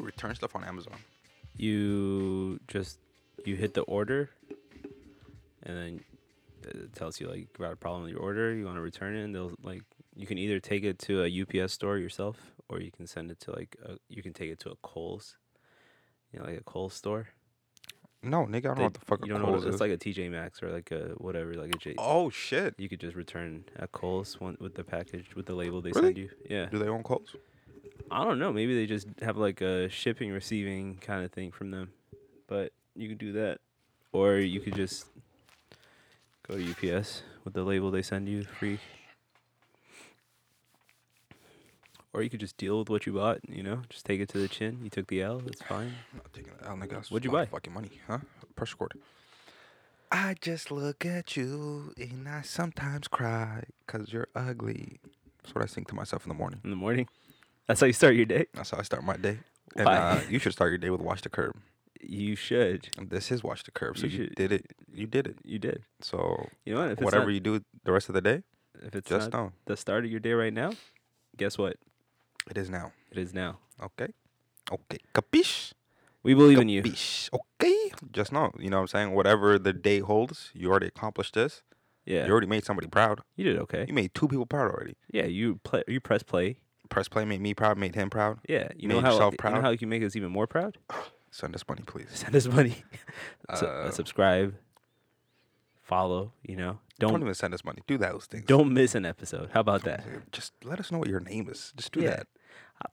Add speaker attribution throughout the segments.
Speaker 1: return stuff on Amazon.
Speaker 2: You just you hit the order, and then it tells you like about a problem with your order. You want to return it, and they'll like you can either take it to a UPS store yourself, or you can send it to like a, you can take it to a Kohl's, you know, like a Kohl's store.
Speaker 1: No, nigga, I don't know
Speaker 2: They-
Speaker 1: what the fuck a
Speaker 2: you don't
Speaker 1: Kohl's
Speaker 2: know. What,
Speaker 1: is.
Speaker 2: it's like a TJ Maxx or like a whatever, like a J.
Speaker 1: oh shit,
Speaker 2: You could just return at Kohl's one, with the package with the label they
Speaker 1: Really?
Speaker 2: send you. Yeah,
Speaker 1: do they own Kohl's?
Speaker 2: I don't know. Maybe they just have like a shipping receiving kind of thing from them, but you could do that, or you could just go to UPS with the label they send you free, or you could just deal with what you bought. You know, just take it to the chin. You took the L. It's fine.
Speaker 1: I'm not taking that. I don't think that's
Speaker 2: What'd you
Speaker 1: my
Speaker 2: buy?
Speaker 1: Fucking money, huh? Pressure cord. I just look at you and I sometimes cry because you're ugly. That's what I sing to myself in the morning.
Speaker 2: In the morning, that's how you start your day.
Speaker 1: That's how I start my day. And
Speaker 2: Why?
Speaker 1: uh, you should start your day with Watch the Curb.
Speaker 2: You should.
Speaker 1: And This is Watch the Curb. So
Speaker 2: You
Speaker 1: you,
Speaker 2: should-
Speaker 1: did it. You did it.
Speaker 2: You did.
Speaker 1: So
Speaker 2: You know what? If it's
Speaker 1: whatever
Speaker 2: Not,
Speaker 1: you do the rest of the day,
Speaker 2: if it's
Speaker 1: just
Speaker 2: not
Speaker 1: know
Speaker 2: the start of your day right now, guess what?
Speaker 1: it is now.
Speaker 2: It is now.
Speaker 1: Okay. Okay. Capiche?
Speaker 2: We believe in you.
Speaker 1: Capiche. Okay. Just know. You know what I'm saying? Whatever the day holds, you already accomplished this.
Speaker 2: Yeah.
Speaker 1: You already made somebody proud.
Speaker 2: You did okay.
Speaker 1: You made two people proud already.
Speaker 2: Yeah, you play. You press play.
Speaker 1: Press play made me proud, made him proud.
Speaker 2: Yeah, you know
Speaker 1: Made
Speaker 2: how
Speaker 1: yourself
Speaker 2: you know
Speaker 1: proud?
Speaker 2: how you can make us even more proud.
Speaker 1: Send us money, please.
Speaker 2: Send us money. Su- uh,
Speaker 1: Uh,
Speaker 2: subscribe. Follow. You know,
Speaker 1: Don't,
Speaker 2: don't
Speaker 1: even send us money. Do those things.
Speaker 2: don't miss an episode. How about that?
Speaker 1: Just let us know what your name is. Just do
Speaker 2: Yeah.
Speaker 1: that.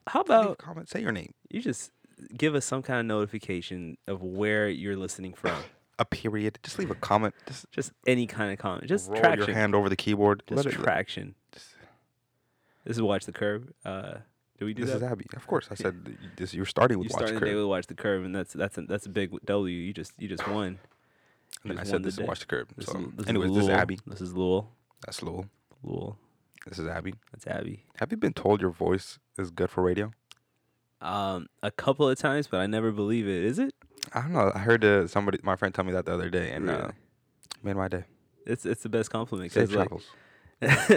Speaker 2: How
Speaker 1: Leave a
Speaker 2: about
Speaker 1: comment. Say your name.
Speaker 2: you just give us some kind of notification of where you're listening from?
Speaker 1: A period. Just leave a comment. Just
Speaker 2: Just any kind of comment. Just
Speaker 1: roll
Speaker 2: traction.
Speaker 1: your hand over the keyboard.
Speaker 2: Just
Speaker 1: Let it-
Speaker 2: traction.
Speaker 1: just-
Speaker 2: This is watch the curve. Uh, do we do
Speaker 1: This
Speaker 2: that?
Speaker 1: is Abby. Of course, I said th- this. You're starting
Speaker 2: you
Speaker 1: with watch
Speaker 2: start the day
Speaker 1: curb.
Speaker 2: with watch the curve, and that's that's a, that's a big W. You just you just won. You
Speaker 1: And then I
Speaker 2: just
Speaker 1: said
Speaker 2: won the
Speaker 1: this is
Speaker 2: day.
Speaker 1: watch the curb.
Speaker 2: This
Speaker 1: so,
Speaker 2: is, this
Speaker 1: anyways,
Speaker 2: is
Speaker 1: this is
Speaker 2: Lul.
Speaker 1: Abby.
Speaker 2: This is Lul.
Speaker 1: That's Lul.
Speaker 2: Lul.
Speaker 1: This is Abby.
Speaker 2: That's Abby.
Speaker 1: Have you been told your voice is good for radio?
Speaker 2: Um, a couple of times, but I never believe it. Is it?
Speaker 1: I don't know. I heard uh, somebody, my friend, tell me that the other day, and uh,
Speaker 2: Really?
Speaker 1: made my day.
Speaker 2: It's it's the best compliment
Speaker 1: Safe
Speaker 2: because like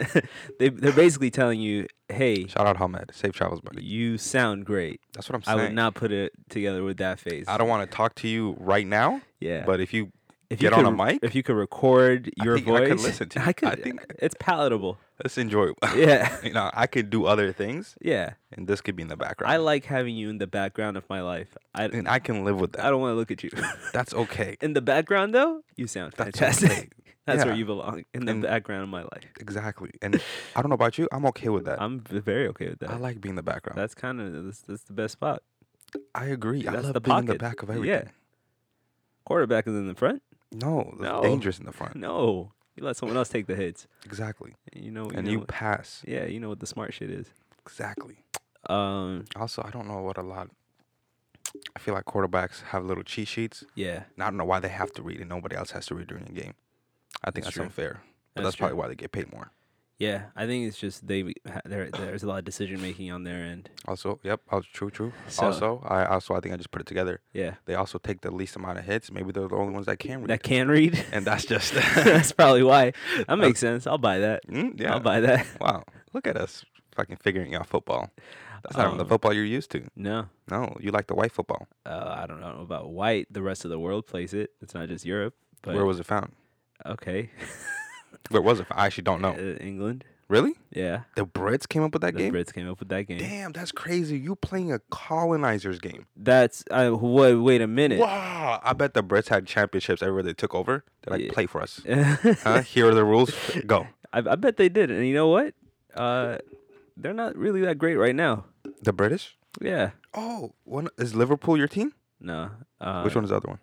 Speaker 1: travels.
Speaker 2: they they're basically telling you, hey,
Speaker 1: Shout out Hamed. Safe travels, buddy.
Speaker 2: you sound great.
Speaker 1: That's what I'm
Speaker 2: I
Speaker 1: saying. I,
Speaker 2: would not put it together with that face.
Speaker 1: don't want to talk to you right now,
Speaker 2: Yeah,
Speaker 1: but if you,
Speaker 2: if
Speaker 1: get on a
Speaker 2: could-
Speaker 1: mic,
Speaker 2: if you could record
Speaker 1: I
Speaker 2: your
Speaker 1: think I
Speaker 2: voice,
Speaker 1: could listen to you.
Speaker 2: I could.
Speaker 1: I think-
Speaker 2: it's palatable.
Speaker 1: let's enjoy.
Speaker 2: Yeah,
Speaker 1: you know, I could do other things,
Speaker 2: yeah.
Speaker 1: and this could be in the background.
Speaker 2: I like having you in the background of my life. I
Speaker 1: and I can live with
Speaker 2: I
Speaker 1: that.
Speaker 2: don't want to look at you.
Speaker 1: That's okay.
Speaker 2: in the background though, you sound
Speaker 1: That's
Speaker 2: fantastic.
Speaker 1: okay.
Speaker 2: That's where
Speaker 1: Yeah.
Speaker 2: you belong in the
Speaker 1: And-
Speaker 2: background of my life.
Speaker 1: Exactly. And I don't know about you. I'm okay with that.
Speaker 2: I'm v- very okay with that.
Speaker 1: I like being in the background.
Speaker 2: That's kind of that's, that's the best spot.
Speaker 1: I agree. I
Speaker 2: That's
Speaker 1: love
Speaker 2: the
Speaker 1: being in the
Speaker 2: pocket.
Speaker 1: back of
Speaker 2: Yeah.
Speaker 1: everything.
Speaker 2: Quarterback is in the front.
Speaker 1: No, it's
Speaker 2: No.
Speaker 1: dangerous in the front.
Speaker 2: No, you let someone else take the hits.
Speaker 1: Exactly.
Speaker 2: You know, you
Speaker 1: and
Speaker 2: know
Speaker 1: you
Speaker 2: what-
Speaker 1: pass.
Speaker 2: yeah, you know what the smart shit is.
Speaker 1: Exactly.
Speaker 2: Um,
Speaker 1: Also, I don't know what a lot. I feel like quarterbacks have little cheat sheets,
Speaker 2: yeah,
Speaker 1: and I don't know why they have to read, and nobody else has to read during the game. I think
Speaker 2: That's
Speaker 1: that's,
Speaker 2: true.
Speaker 1: unfair, but
Speaker 2: That's
Speaker 1: that's, probably
Speaker 2: true.
Speaker 1: why they get paid more.
Speaker 2: yeah. I think it's just they be- ha- there. There's a lot of decision making on their end.
Speaker 1: Also, yep, I was true, true.
Speaker 2: So-
Speaker 1: also, I also I think I just put it together.
Speaker 2: Yeah,
Speaker 1: They also take the least amount of hits. Maybe they're the only ones that can read,
Speaker 2: that can read.
Speaker 1: and that's just
Speaker 2: that's probably why. That makes sense. I'll buy that.
Speaker 1: Mm, yeah.
Speaker 2: I'll buy that.
Speaker 1: Wow, look at us fucking figuring out football. That's not even the
Speaker 2: Um,
Speaker 1: football you're used to.
Speaker 2: No,
Speaker 1: No, you like the white football.
Speaker 2: uh, I don't know about white. The rest of the world plays it. It's not just Europe. But
Speaker 1: Where was it found?
Speaker 2: okay,
Speaker 1: Where was it? Found? I actually don't know.
Speaker 2: Uh, England.
Speaker 1: Really?
Speaker 2: Yeah,
Speaker 1: The Brits came up with that
Speaker 2: the
Speaker 1: game.
Speaker 2: Brits came up with that game.
Speaker 1: Damn, that's crazy. You playing a colonizers game.
Speaker 2: That's I. Wait, wait a minute.
Speaker 1: Wow. I bet the Brits had championships everywhere they took over. They're like,
Speaker 2: Yeah.
Speaker 1: play for us. Huh?
Speaker 2: I,
Speaker 1: Here are the rules. Go.
Speaker 2: I bet they did, and you know what? Uh, they're not really that great right now.
Speaker 1: The British?
Speaker 2: Yeah,
Speaker 1: Oh, one is Liverpool your team?
Speaker 2: no. Uh,
Speaker 1: Which one is the other one?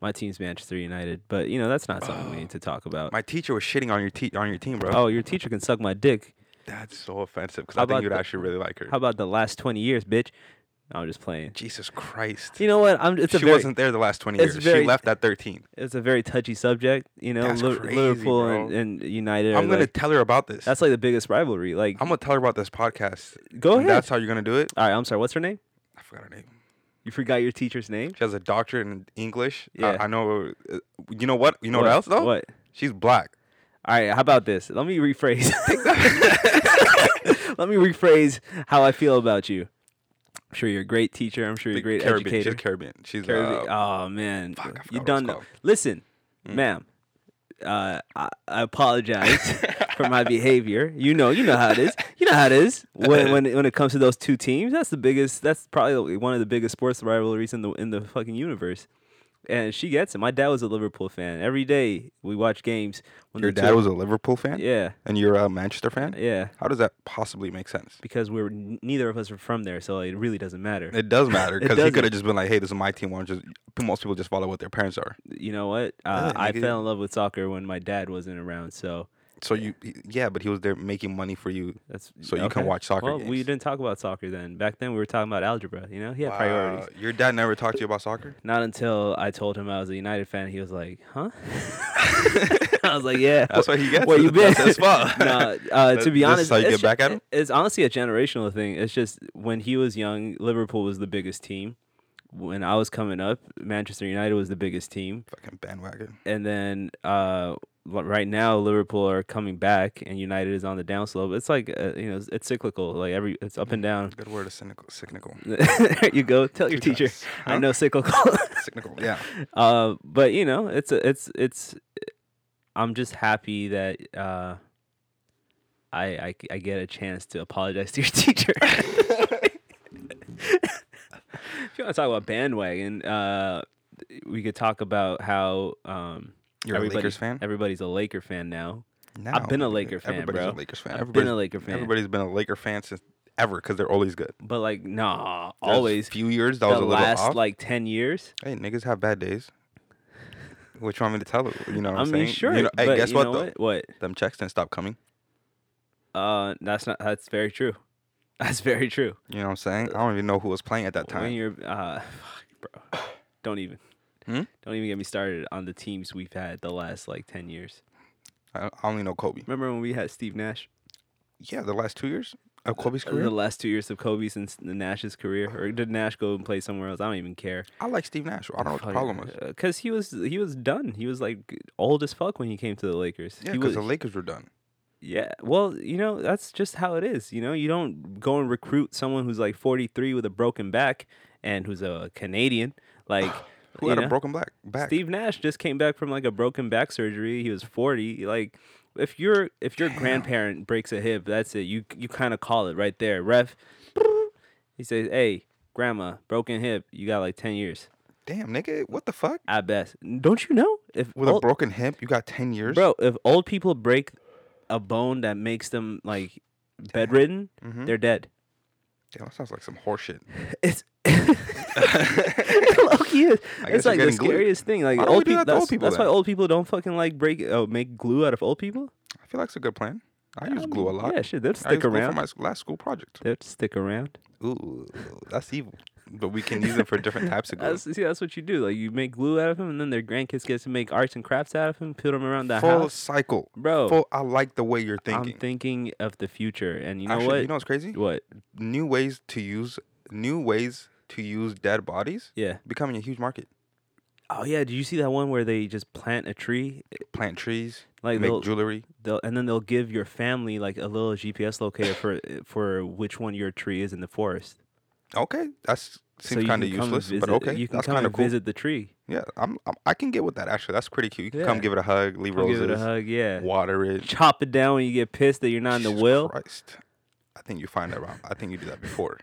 Speaker 2: My team's Manchester United, but you know that's not something we
Speaker 1: Oh.
Speaker 2: need to talk about.
Speaker 1: My teacher was shitting on your te- on your team, bro.
Speaker 2: oh, your teacher can suck my dick.
Speaker 1: That's so offensive because
Speaker 2: How
Speaker 1: I think
Speaker 2: about
Speaker 1: you'd
Speaker 2: the-
Speaker 1: actually really like her.
Speaker 2: How about the last twenty years, bitch? No, I'm just playing.
Speaker 1: Jesus Christ.
Speaker 2: You know what? I'm. It's a
Speaker 1: she
Speaker 2: very,
Speaker 1: wasn't there the last 20
Speaker 2: it's
Speaker 1: years.
Speaker 2: very-
Speaker 1: she left at 13.
Speaker 2: It's a very touchy subject. You know,
Speaker 1: That's
Speaker 2: Liv-
Speaker 1: crazy,
Speaker 2: Liverpool
Speaker 1: bro.
Speaker 2: and, and United.
Speaker 1: I'm
Speaker 2: are
Speaker 1: going to
Speaker 2: like-
Speaker 1: tell her about this.
Speaker 2: that's like the biggest rivalry. Like,
Speaker 1: I'm going to tell her about this podcast.
Speaker 2: go
Speaker 1: and
Speaker 2: ahead.
Speaker 1: That's how you're going to do it?
Speaker 2: All right. I'm sorry. What's her name?
Speaker 1: I forgot her name.
Speaker 2: You forgot your teacher's name.
Speaker 1: She has a doctorate in English.
Speaker 2: Yeah.
Speaker 1: I, I know. uh, You know what? You know what,
Speaker 2: What?
Speaker 1: else though?
Speaker 2: What?
Speaker 1: She's black.
Speaker 2: All right, how about this? Let me rephrase. Let me rephrase how I feel about you. I'm sure you're a great teacher. I'm sure you're a
Speaker 1: The
Speaker 2: great
Speaker 1: Caribbean.
Speaker 2: educator.
Speaker 1: She's Caribbean. She's
Speaker 2: Caribbean.
Speaker 1: Uh,
Speaker 2: oh man,
Speaker 1: fuck, I forgot
Speaker 2: you
Speaker 1: what it's
Speaker 2: done.
Speaker 1: called. Mm.
Speaker 2: Listen, ma'am, uh, I, I apologize for my behavior. You know, you know how it is. You know how it is when when it, when it comes to those two teams. That's the biggest. That's probably one of the biggest sports rivalries in the in the fucking universe. And she gets it. My dad was a Liverpool fan. Every day we watch games. When
Speaker 1: your
Speaker 2: the
Speaker 1: dad
Speaker 2: two-
Speaker 1: was a Liverpool fan,
Speaker 2: Yeah,
Speaker 1: and you're a Manchester fan.
Speaker 2: yeah.
Speaker 1: How does that possibly make sense?
Speaker 2: Because we're neither of us are from there, so it really doesn't matter.
Speaker 1: It does matter
Speaker 2: It
Speaker 1: because he could
Speaker 2: doesn't.
Speaker 1: have just been like, "Hey, this is my team." Why don't you just most people just follow what their parents are.
Speaker 2: you know what?
Speaker 1: Yeah,
Speaker 2: Uh, I
Speaker 1: nigga.
Speaker 2: fell in love with soccer when my dad wasn't around, so
Speaker 1: So you, yeah, but he was there making money for you.
Speaker 2: that's
Speaker 1: So you can watch soccer
Speaker 2: Well, we
Speaker 1: games.
Speaker 2: didn't talk about soccer then. Back then, we were talking about algebra. You know, he had priorities.
Speaker 1: Wow. Your dad never talked to you about soccer.
Speaker 2: Not until I told him I was a United fan, he was like, "Huh?" I was like, "Yeah."
Speaker 1: That's why he gets
Speaker 2: Where
Speaker 1: it.
Speaker 2: Uh, you been?
Speaker 1: That's his fault.
Speaker 2: nah, uh,
Speaker 1: That-
Speaker 2: to be
Speaker 1: this is
Speaker 2: honest,
Speaker 1: how you
Speaker 2: it's
Speaker 1: get back at him?
Speaker 2: It's honestly a generational thing. It's just when he was young, Liverpool was the biggest team. When I was coming up, Manchester United was the biggest team.
Speaker 1: Fucking bandwagon.
Speaker 2: and then uh, li- right now Liverpool are coming back, and United is on the downslope. It's like uh, you know, it's, it's cyclical. Like every, it's up and down.
Speaker 1: Good word is cynical. Cynical.
Speaker 2: there you go. Tell your
Speaker 1: Two
Speaker 2: teacher.
Speaker 1: times.
Speaker 2: I
Speaker 1: Huh?
Speaker 2: know cyclical.
Speaker 1: Cynical. Yeah.
Speaker 2: uh, but you know, it's a, it's it's. I'm just happy that uh, I, I c- I get a chance to apologize to your teacher. if you want to talk about bandwagon, uh, we could talk about how um,
Speaker 1: You're a
Speaker 2: everybody-
Speaker 1: Lakers fan.
Speaker 2: Everybody's a Laker fan now.
Speaker 1: No,
Speaker 2: I've been a Laker fan,
Speaker 1: Everybody's
Speaker 2: bro.
Speaker 1: a Lakers fan.
Speaker 2: I've
Speaker 1: Everybody's
Speaker 2: been a Laker fan,
Speaker 1: Everybody's been a Laker fan since ever because they're always good.
Speaker 2: but like, nah,
Speaker 1: There's
Speaker 2: always.
Speaker 1: few years that
Speaker 2: The
Speaker 1: was a little
Speaker 2: last
Speaker 1: off.
Speaker 2: like ten years,
Speaker 1: hey, niggas have bad days. What you want me to tell them? You know what
Speaker 2: I
Speaker 1: I'm
Speaker 2: mean,
Speaker 1: saying?
Speaker 2: sure.
Speaker 1: You know, hey,
Speaker 2: but
Speaker 1: guess
Speaker 2: you
Speaker 1: what
Speaker 2: know
Speaker 1: though?
Speaker 2: What? What?
Speaker 1: Them checks didn't stop coming.
Speaker 2: Uh, that's not. That's very true. That's very true.
Speaker 1: You know what I'm saying? I don't even know who was playing at that
Speaker 2: When
Speaker 1: time.
Speaker 2: you're, uh, fuck, bro, don't even.
Speaker 1: Hmm?
Speaker 2: Don't even get me started on the teams we've had the last like ten years.
Speaker 1: I I only know Kobe.
Speaker 2: Remember when we had Steve Nash?
Speaker 1: Yeah, the last two years of Kobe's
Speaker 2: Uh, The
Speaker 1: career.
Speaker 2: last two years of Kobe since the Nash's career, or did Nash go and play somewhere else? I don't even care.
Speaker 1: I like Steve Nash. I don't know what
Speaker 2: Oh,
Speaker 1: the problem was.
Speaker 2: Because he was he was done. He was like old as fuck when he came to the Lakers.
Speaker 1: Yeah,
Speaker 2: he
Speaker 1: because
Speaker 2: was,
Speaker 1: the Lakers were done.
Speaker 2: yeah. Well, you know that's just how it is. You know, you don't go and recruit someone who's like 43 with a broken back and who's a Canadian. Like
Speaker 1: Who
Speaker 2: you
Speaker 1: had
Speaker 2: know,
Speaker 1: a broken black back?
Speaker 2: Steve Nash just came back from like a broken back surgery. He was 40. Like if your if your grandparent breaks a hip, that's it. You you kind of call it right there. Ref, he says, "Hey, grandma, broken hip. You got like 10 years."
Speaker 1: Damn, nigga, what the fuck?
Speaker 2: at best. Don't you know if
Speaker 1: With a
Speaker 2: old,
Speaker 1: broken hip, you got ten years.
Speaker 2: Oh. bro, if old people break a bone that makes them like bedridden,
Speaker 1: Mhm.
Speaker 2: they're dead.
Speaker 1: Damn, that sounds like some horseshit.
Speaker 2: It's Low key is.
Speaker 1: guess
Speaker 2: It's
Speaker 1: you're
Speaker 2: like the
Speaker 1: getting glued.
Speaker 2: scariest thing. Like
Speaker 1: Why don't we
Speaker 2: old,
Speaker 1: do
Speaker 2: peop-
Speaker 1: that to
Speaker 2: that's,
Speaker 1: old people
Speaker 2: That's why
Speaker 1: then?
Speaker 2: old people don't fucking like break uh, make glue out of old people.
Speaker 1: I feel like it's a good plan. I use
Speaker 2: Um,
Speaker 1: glue a lot.
Speaker 2: Yeah, shit, they'll
Speaker 1: I used
Speaker 2: stick
Speaker 1: glue for
Speaker 2: around.
Speaker 1: my s- last school project.
Speaker 2: They'll stick around.
Speaker 1: Ooh, that's evil. But we can use it for different types of glue.
Speaker 2: That's, see, that's what you do. Like you make glue out of them, and then their grandkids get to make arts and crafts out of them, put them around the
Speaker 1: Full
Speaker 2: house.
Speaker 1: cycle,
Speaker 2: Bro,
Speaker 1: Full. I like the way you're thinking.
Speaker 2: I'm thinking of the future, and you know
Speaker 1: Actually,
Speaker 2: what?
Speaker 1: You know what's crazy?
Speaker 2: what?
Speaker 1: New ways to use new ways to use dead bodies
Speaker 2: Yeah.
Speaker 1: becoming a huge market.
Speaker 2: Oh yeah, did you see that one where they just plant a tree,
Speaker 1: Plant trees,
Speaker 2: like
Speaker 1: make
Speaker 2: they'll,
Speaker 1: jewelry.
Speaker 2: they'll, and then they'll give your family like a little GPS locator for for which one your tree is in the forest.
Speaker 1: Okay, that's seems
Speaker 2: you
Speaker 1: kind of
Speaker 2: can come and
Speaker 1: useless, but
Speaker 2: visit-
Speaker 1: okay,
Speaker 2: you can
Speaker 1: that's
Speaker 2: come
Speaker 1: kind of
Speaker 2: and
Speaker 1: cool.
Speaker 2: visit the tree,
Speaker 1: Yeah, I'm, I'm. I can get with that actually. That's pretty cute. You can come
Speaker 2: Yeah.
Speaker 1: give it a hug, leave
Speaker 2: Come
Speaker 1: roses,
Speaker 2: give it a hug, yeah.
Speaker 1: water it.
Speaker 2: Chop it down when you get pissed that you're not in the
Speaker 1: Jesus
Speaker 2: will,
Speaker 1: Christ. I think you find that wrong. I think you do that before.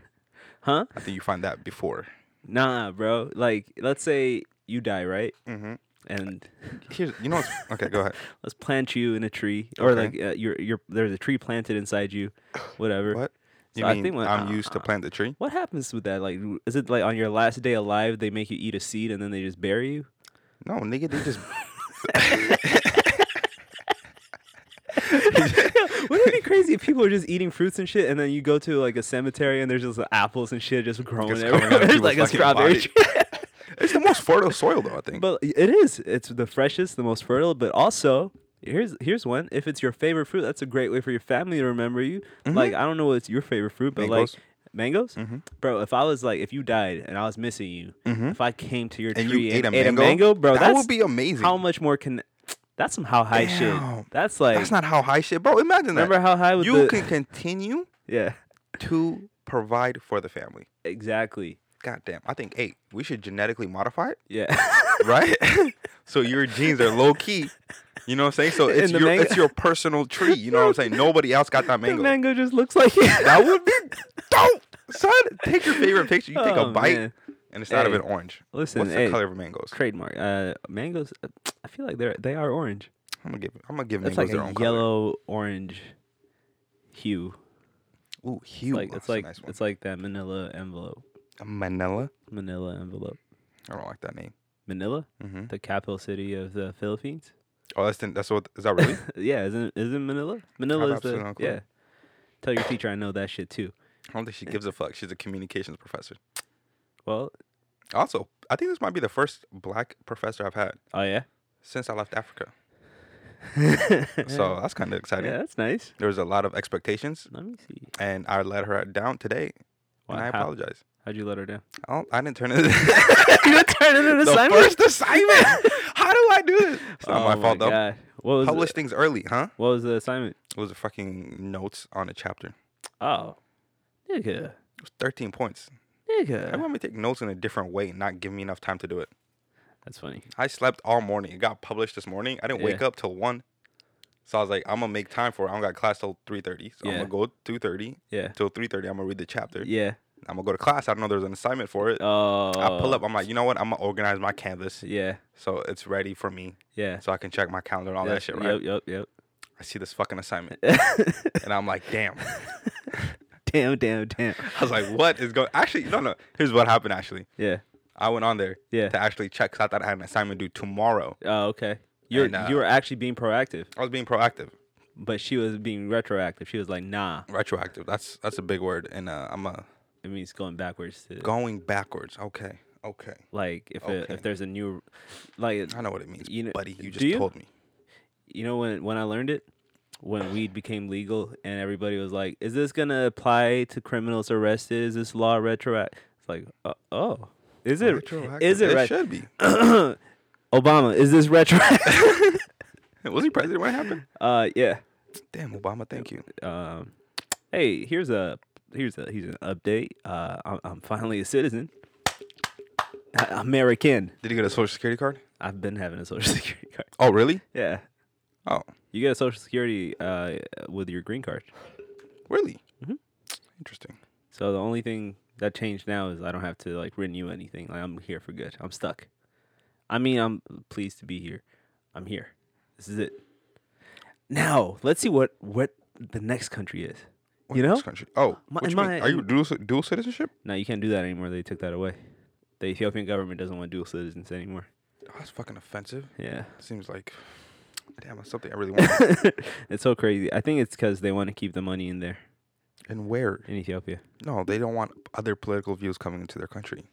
Speaker 2: huh?
Speaker 1: I think you find that before.
Speaker 2: Nah, bro. Like, let's say you die, right?
Speaker 1: hmm
Speaker 2: And
Speaker 1: Here's, you know, what's, okay, go ahead.
Speaker 2: let's plant you in a tree, or
Speaker 1: Okay.
Speaker 2: like uh, you're you're there's a tree planted inside you, whatever.
Speaker 1: What? You
Speaker 2: So I
Speaker 1: mean
Speaker 2: think when-
Speaker 1: I'm used to
Speaker 2: uh,
Speaker 1: plant the tree?
Speaker 2: What happens with that? Like, w- is it like on your last day alive they make you eat a seed and then they just bury you?
Speaker 1: No, nigga, they just
Speaker 2: Wouldn't it be crazy if people were just eating fruits and shit, and then you go to like a cemetery and there's just apples and shit just growing
Speaker 1: Just coming out of
Speaker 2: everywhere, It's
Speaker 1: people's
Speaker 2: like a
Speaker 1: fucking
Speaker 2: strawberry
Speaker 1: body.
Speaker 2: tree?
Speaker 1: It's the most fertile soil, though. I think.
Speaker 2: But it is. It's the freshest, the most fertile. But also, here's here's one. If it's your favorite fruit, that's a great way for your family to remember you. Like I don't know what's your favorite fruit, but
Speaker 1: Mm-hmm. Mangoes. Mm-hmm.
Speaker 2: like mangoes, bro. If I was like, if you died and I was missing you, if I came to your
Speaker 1: and you
Speaker 2: tree
Speaker 1: ate a
Speaker 2: and
Speaker 1: mango,
Speaker 2: bro,
Speaker 1: That
Speaker 2: that's
Speaker 1: would be amazing.
Speaker 2: how much more can. That's some how high
Speaker 1: Damn.
Speaker 2: shit. That's like
Speaker 1: That's not how high shit, bro. Imagine that.
Speaker 2: remember how high with
Speaker 1: you
Speaker 2: the
Speaker 1: can continue
Speaker 2: yeah.
Speaker 1: to provide for the family.
Speaker 2: Exactly.
Speaker 1: God damn. I think eight. We should genetically modify it,
Speaker 2: Yeah.
Speaker 1: right? so your genes are low key. You know what I'm saying? So
Speaker 2: And
Speaker 1: it's
Speaker 2: the
Speaker 1: your
Speaker 2: mango-
Speaker 1: it's your personal tree. You know what I'm saying? Nobody else got that mango.
Speaker 2: The mango just looks like it.
Speaker 1: that would be dope, son. Take your favorite picture. You take
Speaker 2: Oh,
Speaker 1: a bite,
Speaker 2: man.
Speaker 1: and it's out of
Speaker 2: Hey,
Speaker 1: an orange.
Speaker 2: Listen,
Speaker 1: What's
Speaker 2: hey,
Speaker 1: the color of mangoes?
Speaker 2: trademark. Uh, mangoes. uh, I feel like they're they are orange.
Speaker 1: I'm gonna give. I'm gonna give
Speaker 2: That's
Speaker 1: mangoes
Speaker 2: like
Speaker 1: their
Speaker 2: a
Speaker 1: own
Speaker 2: yellow orange hue.
Speaker 1: color. Ooh, hue.
Speaker 2: like
Speaker 1: That's
Speaker 2: it's
Speaker 1: a
Speaker 2: like
Speaker 1: nice one.
Speaker 2: it's like that Manila envelope.
Speaker 1: Manila.
Speaker 2: Manila envelope.
Speaker 1: I don't like that name.
Speaker 2: Manila,
Speaker 1: hmm
Speaker 2: the capital city of the Philippines.
Speaker 1: Oh, that's the, that's what is that really?
Speaker 2: yeah, isn't isn't Manila? Manila is
Speaker 1: absolutely
Speaker 2: the
Speaker 1: no clue.
Speaker 2: yeah. Tell your teacher I know that shit too.
Speaker 1: I don't think she gives a fuck. She's a communications professor.
Speaker 2: Well,
Speaker 1: Also, I think this might be the first black professor I've had
Speaker 2: oh yeah.
Speaker 1: since I left Africa.
Speaker 2: so
Speaker 1: So that's kind of exciting.
Speaker 2: yeah, that's nice.
Speaker 1: There was a lot of expectations,
Speaker 2: Let me see.
Speaker 1: and I let her down today,
Speaker 2: Wow,
Speaker 1: and I
Speaker 2: how,
Speaker 1: apologize.
Speaker 2: How'd you let her down?
Speaker 1: I, don't, I didn't turn it.
Speaker 2: you turned it in
Speaker 1: the first assignment. How do I do this? It's
Speaker 2: Oh
Speaker 1: not my fault though.
Speaker 2: What was
Speaker 1: Publish
Speaker 2: the,
Speaker 1: things early, huh?
Speaker 2: what was the assignment?
Speaker 1: It was fucking notes on a chapter.
Speaker 2: Oh, nigga,
Speaker 1: It was 13 points.
Speaker 2: nigga.
Speaker 1: I want me to take notes in a different way and not give me enough time to do it.
Speaker 2: That's funny.
Speaker 1: I slept all morning. It got published this morning. I didn't wake up till one. So I was like, I'm gonna make time for it. I don't got class till 3:30. So
Speaker 2: Yeah.
Speaker 1: I'm gonna go 2:30
Speaker 2: Yeah.
Speaker 1: till 3:30. I'm gonna read the chapter.
Speaker 2: Yeah.
Speaker 1: I'm gonna go to class. I don't know there's an assignment for it.
Speaker 2: Oh.
Speaker 1: I pull up. I'm like, you know what? I'm gonna organize my canvas
Speaker 2: Yeah.
Speaker 1: so it's ready for me,
Speaker 2: Yeah.
Speaker 1: so I can check my calendar and all that
Speaker 2: That's-
Speaker 1: shit. Right?
Speaker 2: Yep. Yep.
Speaker 1: I see this fucking assignment,
Speaker 2: Yep.
Speaker 1: and I'm like, damn.
Speaker 2: damn. Damn. Damn.
Speaker 1: I was like, what is going? Actually, no, no. Here's what happened. Actually,
Speaker 2: Yeah.
Speaker 1: I went on there
Speaker 2: Yeah.
Speaker 1: to actually check. 'cause I thought I had an assignment due tomorrow.
Speaker 2: Oh, okay. You're
Speaker 1: And, uh,
Speaker 2: you were actually being proactive,
Speaker 1: I was being proactive,
Speaker 2: but she was being retroactive. She was like, "Nah,
Speaker 1: retroactive. That's that's a big word, and uh, I'm a
Speaker 2: it means going backwards to
Speaker 1: Going backwards. Okay. Okay.
Speaker 2: like if a,
Speaker 1: Okay.
Speaker 2: if there's a new, like
Speaker 1: I know what it means,
Speaker 2: You kn-
Speaker 1: buddy.
Speaker 2: do
Speaker 1: You just
Speaker 2: you?
Speaker 1: told me.
Speaker 2: you know when when I learned it, when weed became legal and everybody was like, "Is this gonna apply to criminals arrested? Is this law retroact?" It's like, uh, oh, is it? Is it
Speaker 1: It
Speaker 2: ret-
Speaker 1: should be.
Speaker 2: Obama? Is this retroactive?
Speaker 1: Was he president when it happened?
Speaker 2: uh, yeah.
Speaker 1: Damn, Obama. Thank you.
Speaker 2: Um, hey, here's a here's a here's an update. Uh, I'm, I'm finally a citizen, A- American.
Speaker 1: Did he get a social security card?
Speaker 2: I've been having a social security card.
Speaker 1: Oh, really?
Speaker 2: Yeah,
Speaker 1: Oh,
Speaker 2: you get a social security uh, with your green card.
Speaker 1: really?
Speaker 2: Mhm.
Speaker 1: Interesting.
Speaker 2: So the only thing that changed now is I don't have to like renew anything. Like I'm here for good. I'm stuck. I mean, I'm pleased to be here. I'm here. This is it. Now let's see what what the next country is.
Speaker 1: What
Speaker 2: You know?
Speaker 1: next country? Oh,
Speaker 2: My-
Speaker 1: what you
Speaker 2: in
Speaker 1: mean?
Speaker 2: my-
Speaker 1: are you
Speaker 2: in-
Speaker 1: dual, ci- dual citizenship?
Speaker 2: No, you can't do that anymore. They took that away. The Ethiopian government doesn't want dual citizens anymore.
Speaker 1: Oh, that's fucking offensive.
Speaker 2: Yeah,
Speaker 1: Seems like, damn, that's something I really want.
Speaker 2: it's so crazy. I think it's because they want to keep the money in there
Speaker 1: and where?
Speaker 2: in Ethiopia.
Speaker 1: No, they don't want other political views coming into their country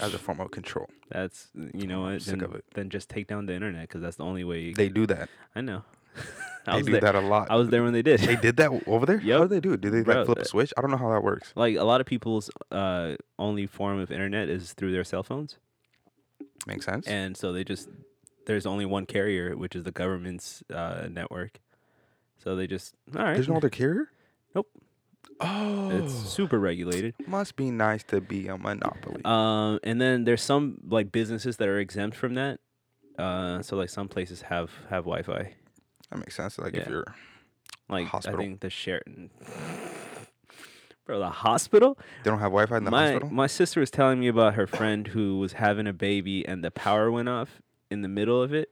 Speaker 1: as a form of control.
Speaker 2: That's you know what.
Speaker 1: sick
Speaker 2: then,
Speaker 1: of it.
Speaker 2: then just take down the internet because that's the only way. You
Speaker 1: They do that.
Speaker 2: I know. I
Speaker 1: They
Speaker 2: was
Speaker 1: do
Speaker 2: there.
Speaker 1: that a lot.
Speaker 2: I was there when they did.
Speaker 1: They did that w- over there.
Speaker 2: Yup.
Speaker 1: How do they do it? Do they
Speaker 2: Bro,
Speaker 1: like flip a
Speaker 2: that-
Speaker 1: switch? I don't know how that works.
Speaker 2: like a lot of people's uh, only form of internet is through their cell phones
Speaker 1: Makes sense.
Speaker 2: and so they just there's only one carrier which is the government's uh, network so they just all right
Speaker 1: There's no other carrier?
Speaker 2: Nope.
Speaker 1: Oh.
Speaker 2: it's super regulated
Speaker 1: must be nice to be a monopoly.
Speaker 2: um, and then there's some like businesses that are exempt from that uh, so like some places have have wi-fi
Speaker 1: that makes sense. Like if
Speaker 2: yeah.
Speaker 1: you're
Speaker 2: like
Speaker 1: Hospital.
Speaker 2: i think the sheraton bro the hospital
Speaker 1: they don't have Wi-Fi in the
Speaker 2: my
Speaker 1: hospital.
Speaker 2: my sister was telling me about her friend who was having a baby and the power went off in the middle of it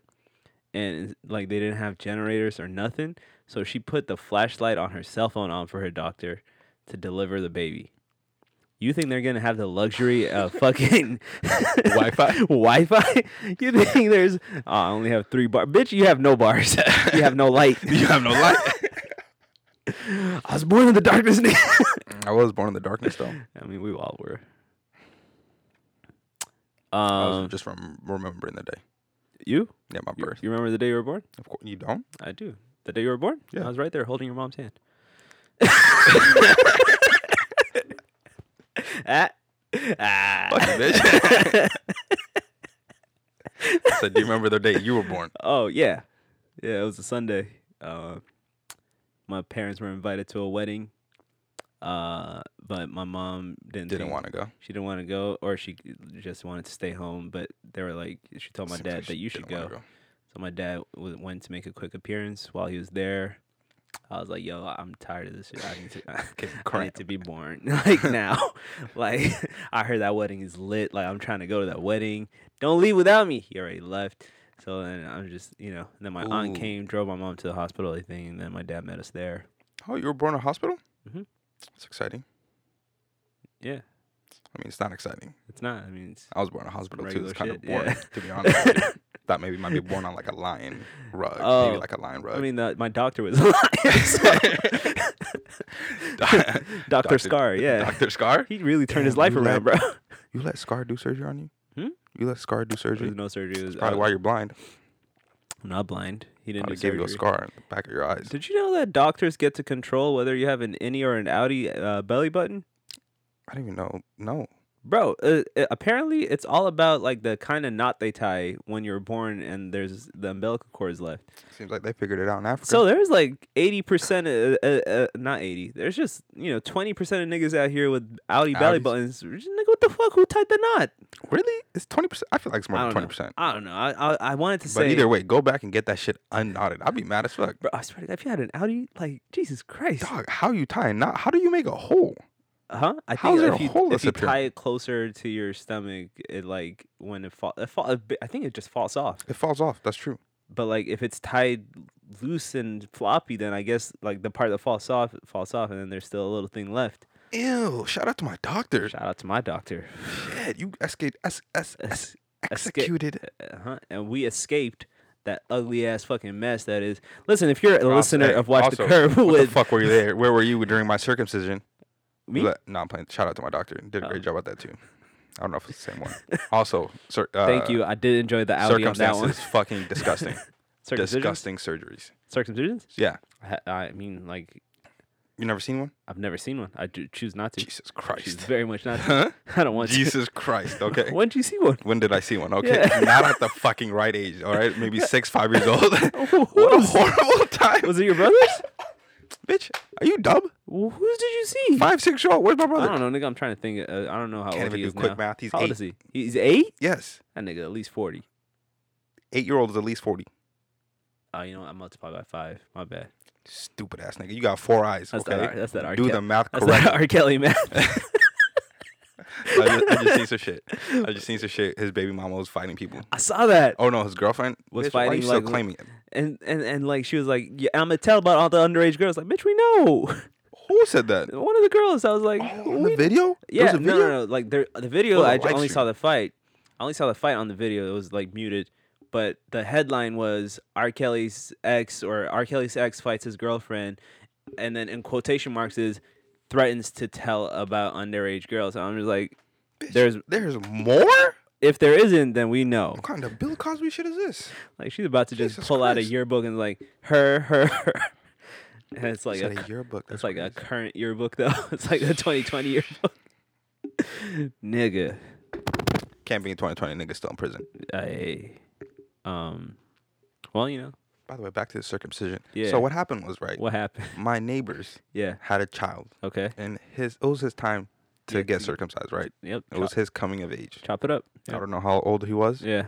Speaker 2: and like they didn't have generators or nothing so she put the flashlight on her cell phone on for her doctor to deliver the baby you think they're gonna have the luxury of fucking
Speaker 1: Wi-Fi?
Speaker 2: wi-fi you think there's oh, i only have three bars bitch you have no bars you have no light
Speaker 1: you have no light.
Speaker 2: i was born in the darkness
Speaker 1: I was born in the darkness though.
Speaker 2: i mean we all were
Speaker 1: I
Speaker 2: um,
Speaker 1: was just from remembering the day.
Speaker 2: You?
Speaker 1: Yeah, my
Speaker 2: you?
Speaker 1: birth.
Speaker 2: you remember the day you were born?
Speaker 1: Of course, you don't.
Speaker 2: I do. The day you were born?
Speaker 1: Yeah.
Speaker 2: I was right there holding your mom's hand. ah.
Speaker 1: Fuck
Speaker 2: Ah.
Speaker 1: you, bitch. I said, do you remember the day you were born?
Speaker 2: Oh, yeah. Yeah, it was a Sunday. Uh, my parents were invited to a wedding. Uh, but my mom didn't
Speaker 1: Didn't
Speaker 2: think-
Speaker 1: want to go.
Speaker 2: She didn't want to go, or she just wanted to stay home. But they were like, she told my
Speaker 1: Seems
Speaker 2: dad
Speaker 1: like
Speaker 2: that
Speaker 1: she
Speaker 2: you should
Speaker 1: didn't wanna
Speaker 2: go. So my dad w- went to make a quick appearance while he was there. I was like, "Yo, I'm tired of this shit. I need to, I need
Speaker 1: cramp.
Speaker 2: to be born like now. like I heard that wedding is lit. Like I'm trying to go to that wedding. Don't leave without me. He already left. So then I'm just, you know. And then my aunt
Speaker 1: Ooh.
Speaker 2: came, drove my mom to the hospital, I think, and then my dad met us there.
Speaker 1: Oh, you were born in a hospital?
Speaker 2: Mhm.
Speaker 1: It's exciting.
Speaker 2: Yeah,
Speaker 1: I mean, it's not exciting.
Speaker 2: it's not. I mean, it's,
Speaker 1: I was born in a hospital too.
Speaker 2: Regular
Speaker 1: It's kind
Speaker 2: shit,
Speaker 1: of boring,
Speaker 2: yeah.
Speaker 1: to be honest. with you. Thought maybe might be born on like a lion rug,
Speaker 2: Oh,
Speaker 1: maybe like a lion rug.
Speaker 2: I mean, the, my doctor was alive. so- Doctor Scar, yeah.
Speaker 1: Doctor Scar.
Speaker 2: He really turned his
Speaker 1: Damn,
Speaker 2: life
Speaker 1: you
Speaker 2: around, bro.
Speaker 1: You let Scar do surgery on you?
Speaker 2: Hmm?
Speaker 1: You let Scar do
Speaker 2: There was
Speaker 1: surgery?
Speaker 2: no surgery. It was,
Speaker 1: Probably
Speaker 2: uh,
Speaker 1: why you're blind.
Speaker 2: I'm not blind. He didn't
Speaker 1: Probably
Speaker 2: do
Speaker 1: gave you a
Speaker 2: surgery.
Speaker 1: scar in the back of your eyes.
Speaker 2: Did you know that doctors get to control whether you have an innie or an outie uh, belly button?
Speaker 1: I don't even know. No.
Speaker 2: Bro, uh, uh, apparently it's all about like the kind of knot they tie when you're born and there's the umbilical cord is left.
Speaker 1: Seems like they figured it out in Africa.
Speaker 2: So there's like 80%, uh, uh, uh, not 80, there's just, you know, 20% of niggas out here with outie belly
Speaker 1: Outies.
Speaker 2: buttons. Nigga, what the fuck? Who tied the knot?
Speaker 1: really, it's twenty percent. I feel like it's more
Speaker 2: I
Speaker 1: than
Speaker 2: don't know.
Speaker 1: twenty percent.
Speaker 2: I don't know. I, I, I wanted to
Speaker 1: But
Speaker 2: say.
Speaker 1: either way, go back and get that shit unknotted. I'd be mad as fuck.
Speaker 2: Bro, I swear to God, if you had an outie, like, Jesus Christ.
Speaker 1: Dog, how you tie a knot? How do you make a hole?
Speaker 2: Huh? Uh-huh, I
Speaker 1: How
Speaker 2: think
Speaker 1: is there
Speaker 2: if
Speaker 1: a
Speaker 2: you,
Speaker 1: hole
Speaker 2: if
Speaker 1: that's
Speaker 2: you
Speaker 1: up here?
Speaker 2: tie it closer to your stomach, it like when it fall, it fall it, I think it just falls off.
Speaker 1: It falls off. That's true.
Speaker 2: But like if it's tied loose and floppy, then I guess like the part that falls off falls off, and then there's still a little thing left.
Speaker 1: Ew! Shout out to my doctor.
Speaker 2: Shout out to my doctor.
Speaker 1: Shit, you escaped, es- es- es-
Speaker 2: esca-
Speaker 1: executed.
Speaker 2: Uh, huh? And we escaped that ugly ass fucking mess that is. Listen, if you're a listener
Speaker 1: hey,
Speaker 2: of Watch the
Speaker 1: also,
Speaker 2: Curve
Speaker 1: What the
Speaker 2: with
Speaker 1: fuck were you there? Where were you during my circumcision?
Speaker 2: me,
Speaker 1: Le- no, I'm playing. Shout out to my doctor. Did a
Speaker 2: Oh.
Speaker 1: great job at that too. I don't know if it's the same one. Also, cir- uh,
Speaker 2: thank you. I did enjoy the Audi on that one.
Speaker 1: Circumstances, fucking disgusting.
Speaker 2: Circumcisions?
Speaker 1: disgusting surgeries.
Speaker 2: Circumcisions?
Speaker 1: Yeah,
Speaker 2: I, ha- I mean, like
Speaker 1: you never seen one?
Speaker 2: I've never seen one. I do choose not to.
Speaker 1: Jesus
Speaker 2: Choose
Speaker 1: Christ.
Speaker 2: very much not to.
Speaker 1: Huh?
Speaker 2: I don't want
Speaker 1: Jesus Christ.
Speaker 2: to.
Speaker 1: Okay.
Speaker 2: When did you see one?
Speaker 1: When did I see one? Okay,
Speaker 2: Yeah.
Speaker 1: not at the fucking right age. All right, maybe six, five years old. what a
Speaker 2: Who's-
Speaker 1: horrible time.
Speaker 2: Was it your brother's?
Speaker 1: Bitch, are you dumb?
Speaker 2: Wh- Whose did you see?
Speaker 1: Five, six year old. Where's my brother?
Speaker 2: I don't know, nigga. I'm trying to think. Uh, I don't know how
Speaker 1: Can't
Speaker 2: old
Speaker 1: even
Speaker 2: he
Speaker 1: do
Speaker 2: is
Speaker 1: quick
Speaker 2: now.
Speaker 1: math. He's
Speaker 2: how old
Speaker 1: eight.
Speaker 2: is he? He's eight.
Speaker 1: Yes,
Speaker 2: That nigga at least forty.
Speaker 1: eight year old is at least forty.
Speaker 2: Oh, you know what? I multiplied by five. My bad.
Speaker 1: Stupid ass nigga. You got four eyes.
Speaker 2: That's
Speaker 1: okay,
Speaker 2: that. R, that's that R.
Speaker 1: do
Speaker 2: Kelly.
Speaker 1: the math
Speaker 2: that's that
Speaker 1: correctly.
Speaker 2: R. Kelly math.
Speaker 1: I just, I just seen some shit. I just seen some shit. His baby mama was fighting people.
Speaker 2: I saw that,
Speaker 1: Oh no, his girlfriend
Speaker 2: Was
Speaker 1: Bitch, why
Speaker 2: fighting,
Speaker 1: you still
Speaker 2: like,
Speaker 1: claiming it?
Speaker 2: and and and like she was like, yeah, "I'm gonna tell about all the underage girls." Like, bitch, we know.
Speaker 1: Who said that?
Speaker 2: One of the girls. I was like,
Speaker 1: Oh, in
Speaker 2: "We
Speaker 1: the video? There
Speaker 2: Yeah,
Speaker 1: was a
Speaker 2: no,
Speaker 1: video?
Speaker 2: no, no. Like there, the video,
Speaker 1: Oh, the
Speaker 2: I j-
Speaker 1: live
Speaker 2: only
Speaker 1: stream.
Speaker 2: saw the fight. I only saw the fight on the video. It was like muted, but the headline was R. Kelly's ex or R. Kelly's ex fights his girlfriend, and then in quotation marks is threatens to tell about underage girls. And I'm just like,
Speaker 1: Bitch,
Speaker 2: there's-
Speaker 1: there's more.
Speaker 2: if there isn't, then we know.
Speaker 1: What kind of Bill Cosby shit is this?
Speaker 2: Like she's about to just
Speaker 1: Jesus
Speaker 2: pull out a
Speaker 1: Christ.
Speaker 2: yearbook and like her, her, her. And it's like a
Speaker 1: Said a yearbook.
Speaker 2: It's
Speaker 1: that's
Speaker 2: like a
Speaker 1: crazy.
Speaker 2: current yearbook though. It's like a 2020 yearbook. Nigga.
Speaker 1: can't be in 2020. Nigga still in prison.
Speaker 2: I um well, you know,
Speaker 1: By the way, back to the circumcision.
Speaker 2: Yeah.
Speaker 1: So what happened was right.
Speaker 2: what happened?
Speaker 1: My neighbors
Speaker 2: Yeah.
Speaker 1: had a child,
Speaker 2: Okay.
Speaker 1: and his it was his time to
Speaker 2: Yeah,
Speaker 1: get
Speaker 2: to-
Speaker 1: circumcised. Right.
Speaker 2: Yep.
Speaker 1: It
Speaker 2: chop,
Speaker 1: was his coming of age.
Speaker 2: chop it up.
Speaker 1: I
Speaker 2: Yep.
Speaker 1: don't know how old he was.
Speaker 2: Yeah.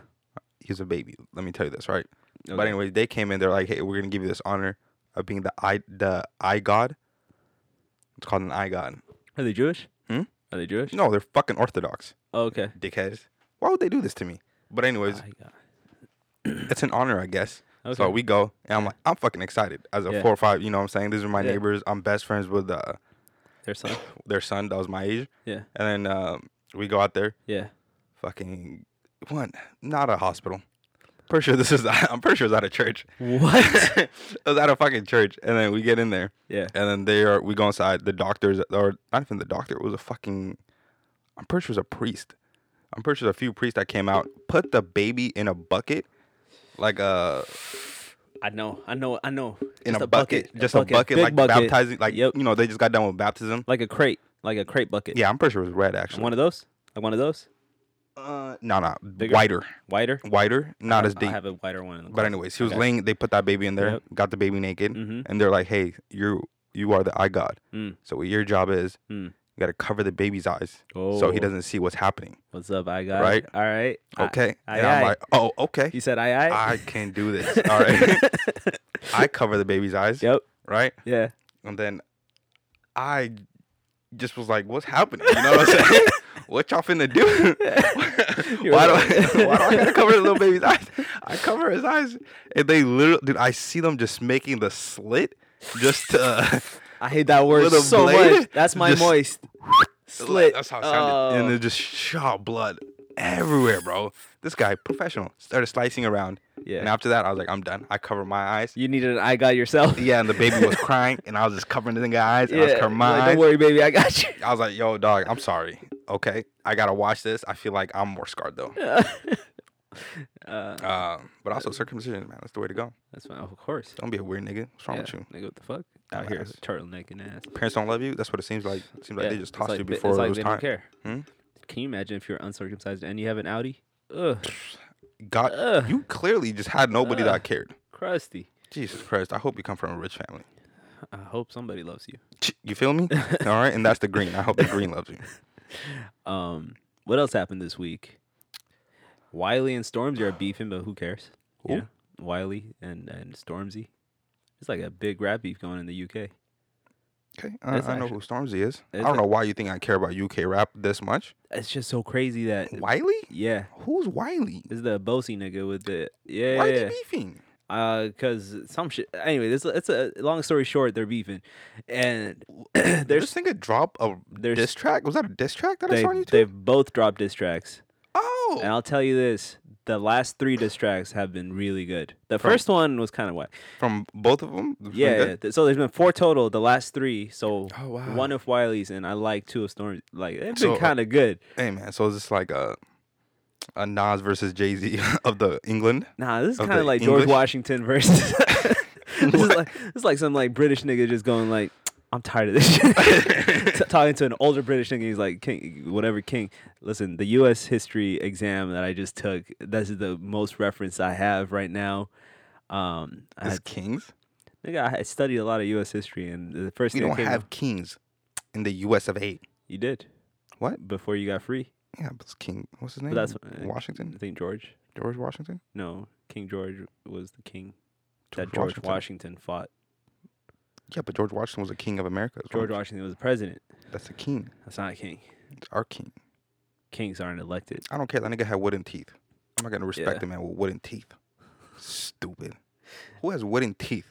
Speaker 1: He was a baby. Let me tell you this. Right. But
Speaker 2: okay.
Speaker 1: anyway, they came in. They're like, "Hey, we're gonna give you this honor of being the eye the eye god." It's called an eye god.
Speaker 2: Are they Jewish?
Speaker 1: Hmm?
Speaker 2: Are they Jewish?
Speaker 1: No, they're fucking orthodox
Speaker 2: Oh, okay.
Speaker 1: dickheads. Why would they do this to me? But anyways,
Speaker 2: I got-
Speaker 1: it's an honor, I guess.
Speaker 2: Okay.
Speaker 1: So we go, and I'm like, I'm fucking excited as a
Speaker 2: Yeah.
Speaker 1: four or five. You know what I'm saying? These are my
Speaker 2: Yeah.
Speaker 1: neighbors. I'm best friends with uh,
Speaker 2: their son.
Speaker 1: their son. That was my age.
Speaker 2: Yeah.
Speaker 1: And then um, we go out there.
Speaker 2: Yeah.
Speaker 1: Fucking one, not a hospital. Pretty sure this is. I'm pretty sure it's at a church.
Speaker 2: What?
Speaker 1: it was at a fucking church, and then we get in there,
Speaker 2: yeah.
Speaker 1: and then they are. We go inside. The doctors, or not even the doctor. It was a fucking. I'm pretty sure it was a priest. I'm pretty sure there's a few priests that came out, put the baby in a bucket, like uh, a
Speaker 2: I know. I know. I know.
Speaker 1: in
Speaker 2: Just
Speaker 1: a, bucket, just a bucket,
Speaker 2: big
Speaker 1: like baptizing, like
Speaker 2: Yep.
Speaker 1: you know, they just got done with baptism.
Speaker 2: Like a crate. Like a crate bucket.
Speaker 1: Yeah, I'm pretty sure it was red actually.
Speaker 2: One of those? Like one of those?
Speaker 1: uh, no, no,
Speaker 2: Bigger?
Speaker 1: wider,
Speaker 2: Wider?
Speaker 1: wider, not as
Speaker 2: I
Speaker 1: deep.
Speaker 2: have a wider one. In the
Speaker 1: But anyways, he was
Speaker 2: Okay.
Speaker 1: laying. They put that baby in there,
Speaker 2: Yep.
Speaker 1: got the baby naked,
Speaker 2: Mhm.
Speaker 1: and they're like, "Hey, you you are the eye god.
Speaker 2: Mm.
Speaker 1: So what your job is,
Speaker 2: Mm.
Speaker 1: you got to cover the baby's eyes
Speaker 2: Oh,
Speaker 1: so he doesn't see what's happening.
Speaker 2: What's up, I got
Speaker 1: Right?
Speaker 2: All right. I-
Speaker 1: Okay.
Speaker 2: aye,
Speaker 1: and I'm
Speaker 2: aye.
Speaker 1: like, oh, okay.
Speaker 2: you said I I.
Speaker 1: I can do this. All right. I cover the baby's eyes.
Speaker 2: yep.
Speaker 1: Right.
Speaker 2: Yeah.
Speaker 1: And then I just was like, what's happening? You know what I'm saying? what y'all finna do?
Speaker 2: You're
Speaker 1: why, do I,
Speaker 2: right.
Speaker 1: why do I gotta cover the little baby's eyes? I cover his eyes. And they literally, dude, I see them just making the slit just to.
Speaker 2: I hate that word
Speaker 1: With a
Speaker 2: so
Speaker 1: blade?
Speaker 2: much. That's my
Speaker 1: Just-
Speaker 2: moist
Speaker 1: Like,
Speaker 2: slit.
Speaker 1: That's how it sounded. And
Speaker 2: Oh.
Speaker 1: it just shot blood everywhere, bro. This guy, professional, started slicing around.
Speaker 2: Yeah.
Speaker 1: And after that, I was like, I'm done. I covered my eyes.
Speaker 2: you needed an I got yourself.
Speaker 1: Yeah, and the baby was crying, and I was just covering the guy's eyes. And I was
Speaker 2: Yeah,
Speaker 1: covering my
Speaker 2: like,
Speaker 1: eyes.
Speaker 2: Don't worry, baby. I got you.
Speaker 1: I was like, yo, dog, I'm sorry. Okay. I gotta watch this. I feel like I'm more scarred though.
Speaker 2: uh,
Speaker 1: Uh, but also circumcision, man. That's the way to go.
Speaker 2: that's fine. Of course.
Speaker 1: Don't be a weird nigga. What's wrong with
Speaker 2: Yeah,
Speaker 1: you?
Speaker 2: Nigga, what the fuck? Out here,
Speaker 1: Dumbass.
Speaker 2: turtleneck and ass.
Speaker 1: Parents don't love you. That's what it seems like. seems like
Speaker 2: Yeah,
Speaker 1: they just
Speaker 2: it's
Speaker 1: tossed
Speaker 2: like
Speaker 1: you
Speaker 2: they-
Speaker 1: before
Speaker 2: it's
Speaker 1: it
Speaker 2: like
Speaker 1: was
Speaker 2: they
Speaker 1: time.
Speaker 2: don't care.
Speaker 1: Hmm?
Speaker 2: Can you imagine if you're uncircumcised and you have an Audi? Ugh,
Speaker 1: God,
Speaker 2: Ugh.
Speaker 1: you clearly just had nobody
Speaker 2: Uh.
Speaker 1: that cared.
Speaker 2: crusty.
Speaker 1: Jesus Christ. I hope you come from a rich family.
Speaker 2: I hope somebody loves you.
Speaker 1: Ch- You feel me? All right. And that's the green. I hope the green loves you.
Speaker 2: Um, what else happened this week? Wiley and Stormzy are beefing, but who cares?
Speaker 1: Who?
Speaker 2: Wiley and and Stormzy. It's like a big rap beef going in the UK.
Speaker 1: Okay. I,
Speaker 2: That's
Speaker 1: I know who Stormzy is. I
Speaker 2: it's
Speaker 1: don't
Speaker 2: a-
Speaker 1: know why you think I care about UK rap this much.
Speaker 2: It's just so crazy that
Speaker 1: Wiley?
Speaker 2: yeah,
Speaker 1: Who's Wiley?
Speaker 2: this is the Bosey nigga with the yeah.
Speaker 1: Why is he beefing?
Speaker 2: Uh, cause some shit. Anyway, this it's a long story short. They're beefing, and
Speaker 1: Did
Speaker 2: there's
Speaker 1: this nigga drop a
Speaker 2: there's-
Speaker 1: diss track? Was that a diss track that I
Speaker 2: they
Speaker 1: saw on YouTube?
Speaker 2: they've both dropped diss tracks,
Speaker 1: oh,
Speaker 2: and I'll tell you this: the last three diss tracks have been really good. The
Speaker 1: From-
Speaker 2: first one was kind of whack.
Speaker 1: from both of them.
Speaker 2: Yeah, yeah. th- So there's been four total. The last three. So
Speaker 1: Oh, wow.
Speaker 2: one of Wiley's, and I like two of Storm. Like they've been
Speaker 1: So, uh,
Speaker 2: kind of good.
Speaker 1: Hey man, so is this like a a Nas versus Jay Z of the England?
Speaker 2: Nah, this is
Speaker 1: of
Speaker 2: kind of
Speaker 1: the
Speaker 2: like George
Speaker 1: English?
Speaker 2: Washington versus. this is like this is like some like British nigga just going like, I'm tired of this shit. T- talking to an older British nigga, he's like, King, whatever, King. Listen, the U.S. history exam that I just took. This is the most reference I have right now. Um, I,
Speaker 1: It's
Speaker 2: had,
Speaker 1: kings.
Speaker 2: nigga, I had studied a lot of U.S. history, and the first
Speaker 1: We
Speaker 2: thing that
Speaker 1: don't
Speaker 2: came
Speaker 1: have kings in the U.S. of A.
Speaker 2: you did
Speaker 1: What?
Speaker 2: before you got free.
Speaker 1: Yeah, but it's King. What's his name?
Speaker 2: But that's uh, I
Speaker 1: Washington.
Speaker 2: think George.
Speaker 1: George Washington.
Speaker 2: No, King George was the king that George
Speaker 1: George
Speaker 2: Washington,
Speaker 1: Washington?
Speaker 2: fought.
Speaker 1: Yeah, but George Washington was a king of America. is what
Speaker 2: George
Speaker 1: I'm-
Speaker 2: Washington was the president.
Speaker 1: That's a king.
Speaker 2: That's not a king.
Speaker 1: It's our king.
Speaker 2: Kings aren't elected.
Speaker 1: I don't care. That nigga had wooden teeth. I'm not gonna respect
Speaker 2: Yeah.
Speaker 1: a man with wooden teeth. Stupid. Who has wooden teeth?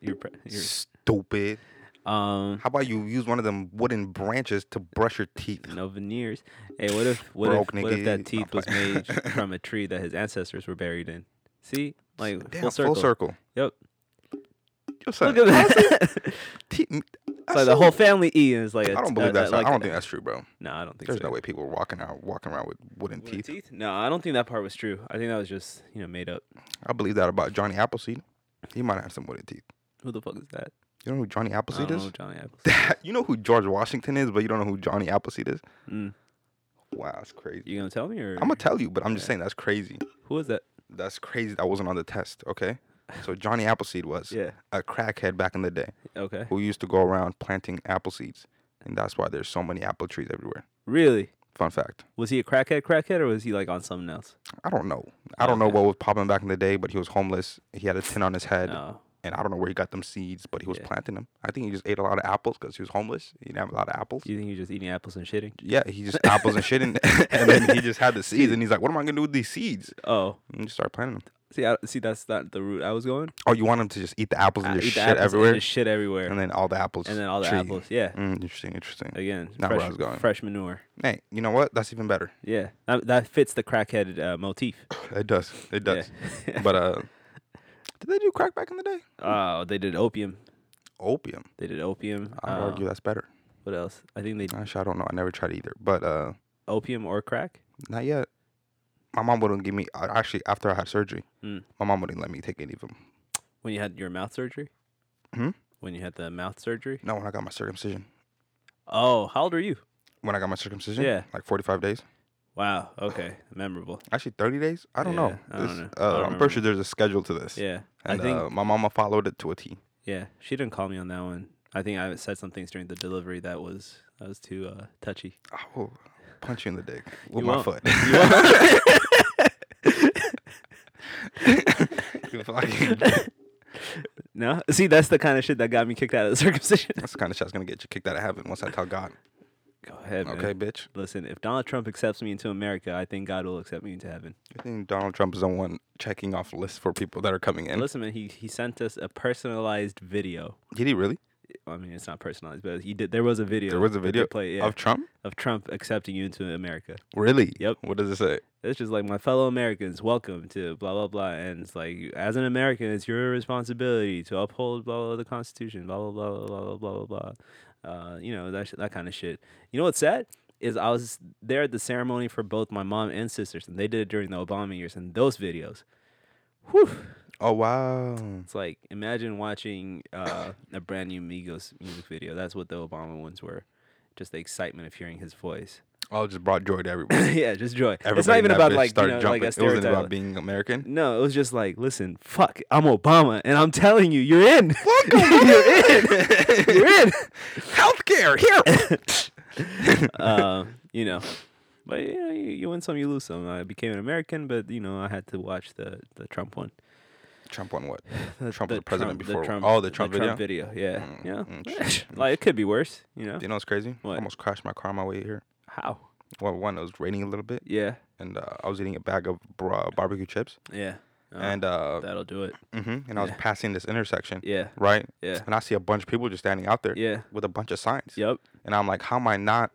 Speaker 2: you're, pre- you're-
Speaker 1: Stupid.
Speaker 2: um
Speaker 1: How about you use one of them wooden branches to brush your teeth?
Speaker 2: no veneers. Hey, what if what
Speaker 1: Broke
Speaker 2: if what if
Speaker 1: nigga.
Speaker 2: that
Speaker 1: I'm
Speaker 2: teeth was
Speaker 1: playing.
Speaker 2: made from a tree that his ancestors were buried in? See, like
Speaker 1: Damn,
Speaker 2: full circle. Yep.
Speaker 1: Yo, son,
Speaker 2: Look at that. it's
Speaker 1: te- m- I
Speaker 2: like the
Speaker 1: saw-
Speaker 2: whole family E and it's like I
Speaker 1: I don't believe that's. I don't think that's true, bro.
Speaker 2: No, I don't think
Speaker 1: There's
Speaker 2: so.
Speaker 1: no way people are walking out, walking around with wooden
Speaker 2: Wooden
Speaker 1: teeth.
Speaker 2: No, I don't think that part was true. I think that was just you know made up.
Speaker 1: I believe that about Johnny Appleseed. He might have some wooden teeth.
Speaker 2: Who the fuck is that?
Speaker 1: You know who Johnny
Speaker 2: I don't
Speaker 1: Appleseed
Speaker 2: know
Speaker 1: is?
Speaker 2: who Johnny Appleseed.
Speaker 1: you know who George Washington is, but you don't know who Johnny Appleseed is.
Speaker 2: Mm.
Speaker 1: Wow, that's crazy.
Speaker 2: You gonna tell me or
Speaker 1: I'm gonna tell you, but I'm just saying that's crazy.
Speaker 2: who is that?
Speaker 1: That's crazy. That wasn't on the test. Okay. So Johnny Appleseed was
Speaker 2: Yeah.
Speaker 1: a crackhead back in the day
Speaker 2: Okay.
Speaker 1: who used to go around planting apple seeds, and that's why there's so many apple trees everywhere.
Speaker 2: Really?
Speaker 1: Fun fact.
Speaker 2: Was he a crackhead? Crackhead or was he like on something else?
Speaker 1: I don't know. I don't know
Speaker 2: Okay.
Speaker 1: what was popping back in the day, but he was homeless. He had a tin on his head,
Speaker 2: No.
Speaker 1: and I don't know where he got them seeds, but he was
Speaker 2: Yeah.
Speaker 1: planting them. I think he just ate a lot of apples because he was homeless. He didn't have a lot of apples.
Speaker 2: Do you think he was just eating apples and shitting?
Speaker 1: Yeah, he just apples and shit, and, and then he just had the seeds, and he's like, "What am I gonna do with these seeds?"
Speaker 2: Oh,
Speaker 1: And just start planting them.
Speaker 2: see, I, see, that's not the route I was going.
Speaker 1: Oh, you want him to just eat the apples
Speaker 2: I
Speaker 1: and just
Speaker 2: eat the
Speaker 1: shit
Speaker 2: apples and
Speaker 1: everywhere,
Speaker 2: just shit everywhere,
Speaker 1: and then all the apples,
Speaker 2: and then all the
Speaker 1: tree.
Speaker 2: apples. Yeah,
Speaker 1: Mm, interesting, interesting.
Speaker 2: again,
Speaker 1: Not where I
Speaker 2: fresh,
Speaker 1: was going.
Speaker 2: fresh manure.
Speaker 1: Hey, you know what? That's even better.
Speaker 2: Yeah, that, that fits the crackhead uh, motif.
Speaker 1: It does. It
Speaker 2: Yeah.
Speaker 1: does. But uh, did they do crack back in the day?
Speaker 2: oh, they did opium.
Speaker 1: Opium.
Speaker 2: They did opium.
Speaker 1: I would
Speaker 2: um,
Speaker 1: argue that's better.
Speaker 2: What else? I think they did
Speaker 1: Actually, I don't know. I never tried either. But uh,
Speaker 2: opium or crack.
Speaker 1: not yet. My mom wouldn't give me. I- Actually, after I had surgery,
Speaker 2: Mm.
Speaker 1: my mom wouldn't let me take any of them.
Speaker 2: When you had your mouth surgery.
Speaker 1: Hmm?
Speaker 2: When you had the mouth surgery.
Speaker 1: No, when I got my circumcision.
Speaker 2: Oh, how old are you?
Speaker 1: When I got my circumcision,
Speaker 2: Yeah.
Speaker 1: like forty-five days.
Speaker 2: Wow. Okay. Memorable.
Speaker 1: Actually, thirty days. I don't
Speaker 2: Yeah,
Speaker 1: know.
Speaker 2: I don't
Speaker 1: This-
Speaker 2: know. I
Speaker 1: Uh,
Speaker 2: don't
Speaker 1: I'm
Speaker 2: remember.
Speaker 1: pretty sure there's a schedule to this.
Speaker 2: Yeah.
Speaker 1: And
Speaker 2: I think.
Speaker 1: uh, my mama followed it to a T.
Speaker 2: yeah. She didn't call me on that one. I think I said some things during the delivery that was that was too uh, touchy.
Speaker 1: I will punch you in the dick with
Speaker 2: You
Speaker 1: my
Speaker 2: won't.
Speaker 1: foot.
Speaker 2: You won't.
Speaker 1: You fucking-
Speaker 2: no, see, that's the kind of shit that got me kicked out of the circumcision.
Speaker 1: that's the kind of shit's gonna get you kicked out of heaven once I tell God.
Speaker 2: Go ahead, man.
Speaker 1: Okay, bitch.
Speaker 2: Listen, if Donald Trump accepts me into America, I think God will accept me into heaven.
Speaker 1: You think Donald Trump is the one checking off lists for people that are coming in?
Speaker 2: Listen, man, he he sent us a personalized video.
Speaker 1: Did he really?
Speaker 2: I mean, it's not personalized, but he did. There was a video.
Speaker 1: There was a
Speaker 2: that they
Speaker 1: video
Speaker 2: played, yeah,
Speaker 1: of
Speaker 2: of,
Speaker 1: Trump.
Speaker 2: Trump accepting you into America.
Speaker 1: Really?
Speaker 2: Yep.
Speaker 1: What does it say?
Speaker 2: It's just like my fellow Americans, welcome to blah blah blah, and it's like as an American, it's your responsibility to uphold blah blah the Constitution, blah blah blah blah blah blah blah blah. Uh, you know that sh- that kind of shit. You know what's sad is I was there at the ceremony for both my mom and sisters, and they did it during the Obama years, and those videos. Whew.
Speaker 1: Oh wow.
Speaker 2: It's like imagine watching uh, a brand new Migos music video. That's what the Obama ones were. Just the excitement of hearing his voice.
Speaker 1: Oh, it just brought joy to everybody.
Speaker 2: yeah, just joy. it's
Speaker 1: Everybody
Speaker 2: not
Speaker 1: in
Speaker 2: even
Speaker 1: that
Speaker 2: about
Speaker 1: bitch
Speaker 2: like you
Speaker 1: started
Speaker 2: know,
Speaker 1: jumping.
Speaker 2: like a
Speaker 1: it wasn't
Speaker 2: stereotype.
Speaker 1: about being American.
Speaker 2: No, it was just like, listen, fuck, I'm Obama, and I'm telling you, you're in.
Speaker 1: Welcome.
Speaker 2: you're in.
Speaker 1: Healthcare here.
Speaker 2: uh, you know, but you, know, you, you win some, you lose some. I became an American, but you know, I had to watch the the Trump one.
Speaker 1: Trump won what?
Speaker 2: The,
Speaker 1: Trump was the president before-
Speaker 2: The Trump,
Speaker 1: oh, the Trump
Speaker 2: video. yeah,
Speaker 1: Mm,
Speaker 2: yeah.
Speaker 1: mm,
Speaker 2: like it could be worse. You know
Speaker 1: You know what's crazy?
Speaker 2: What?
Speaker 1: I almost crashed my car on my way here.
Speaker 2: how?
Speaker 1: Well, one, it was raining a little bit,
Speaker 2: Yeah,
Speaker 1: and uh, I was eating a bag of bra- barbecue chips,
Speaker 2: yeah. Uh,
Speaker 1: and uh,
Speaker 2: that'll do it.
Speaker 1: mhm, and I was
Speaker 2: yeah.
Speaker 1: passing this intersection,
Speaker 2: Yeah,
Speaker 1: right?
Speaker 2: yeah,
Speaker 1: And I see a bunch of people just standing out there
Speaker 2: yeah.
Speaker 1: with a bunch of signs,
Speaker 2: Yep.
Speaker 1: and I'm like, how am I not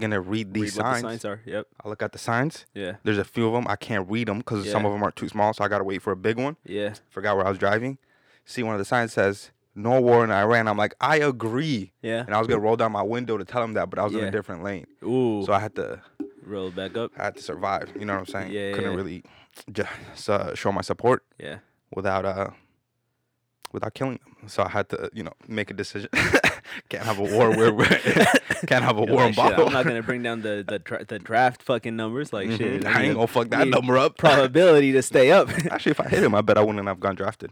Speaker 1: gonna read these
Speaker 2: Read what the
Speaker 1: signs?
Speaker 2: signs are. Yep.
Speaker 1: I look at the signs.
Speaker 2: Yeah.
Speaker 1: There's a few of them I can't read them because some
Speaker 2: Yeah.
Speaker 1: of them are too small, so I gotta wait for a big one.
Speaker 2: Yeah.
Speaker 1: Forgot where I was driving. See one of the signs says "No war in Iran." I'm like, I agree,
Speaker 2: Yeah.
Speaker 1: and I was gonna roll down my window to tell him that, but I was in a
Speaker 2: Yeah.
Speaker 1: different lane,
Speaker 2: Ooh.
Speaker 1: so I had to
Speaker 2: roll it back up.
Speaker 1: I had to survive. You know what I'm saying?
Speaker 2: Yeah, yeah,
Speaker 1: Couldn't
Speaker 2: yeah.
Speaker 1: really just uh, show my support
Speaker 2: Yeah.
Speaker 1: without uh without killing them. So I had to you know make a decision. can't have a war where we're can't have a
Speaker 2: You're
Speaker 1: war in
Speaker 2: like, "Shit,
Speaker 1: bottle. Mm-hmm.
Speaker 2: I'm not gonna bring down the the, dra- the draft fucking numbers like shit. I
Speaker 1: I ain't
Speaker 2: need a
Speaker 1: gonna fuck that
Speaker 2: need
Speaker 1: number up.
Speaker 2: probability to stay up.
Speaker 1: Actually, if I hit him, I bet I wouldn't have gone drafted,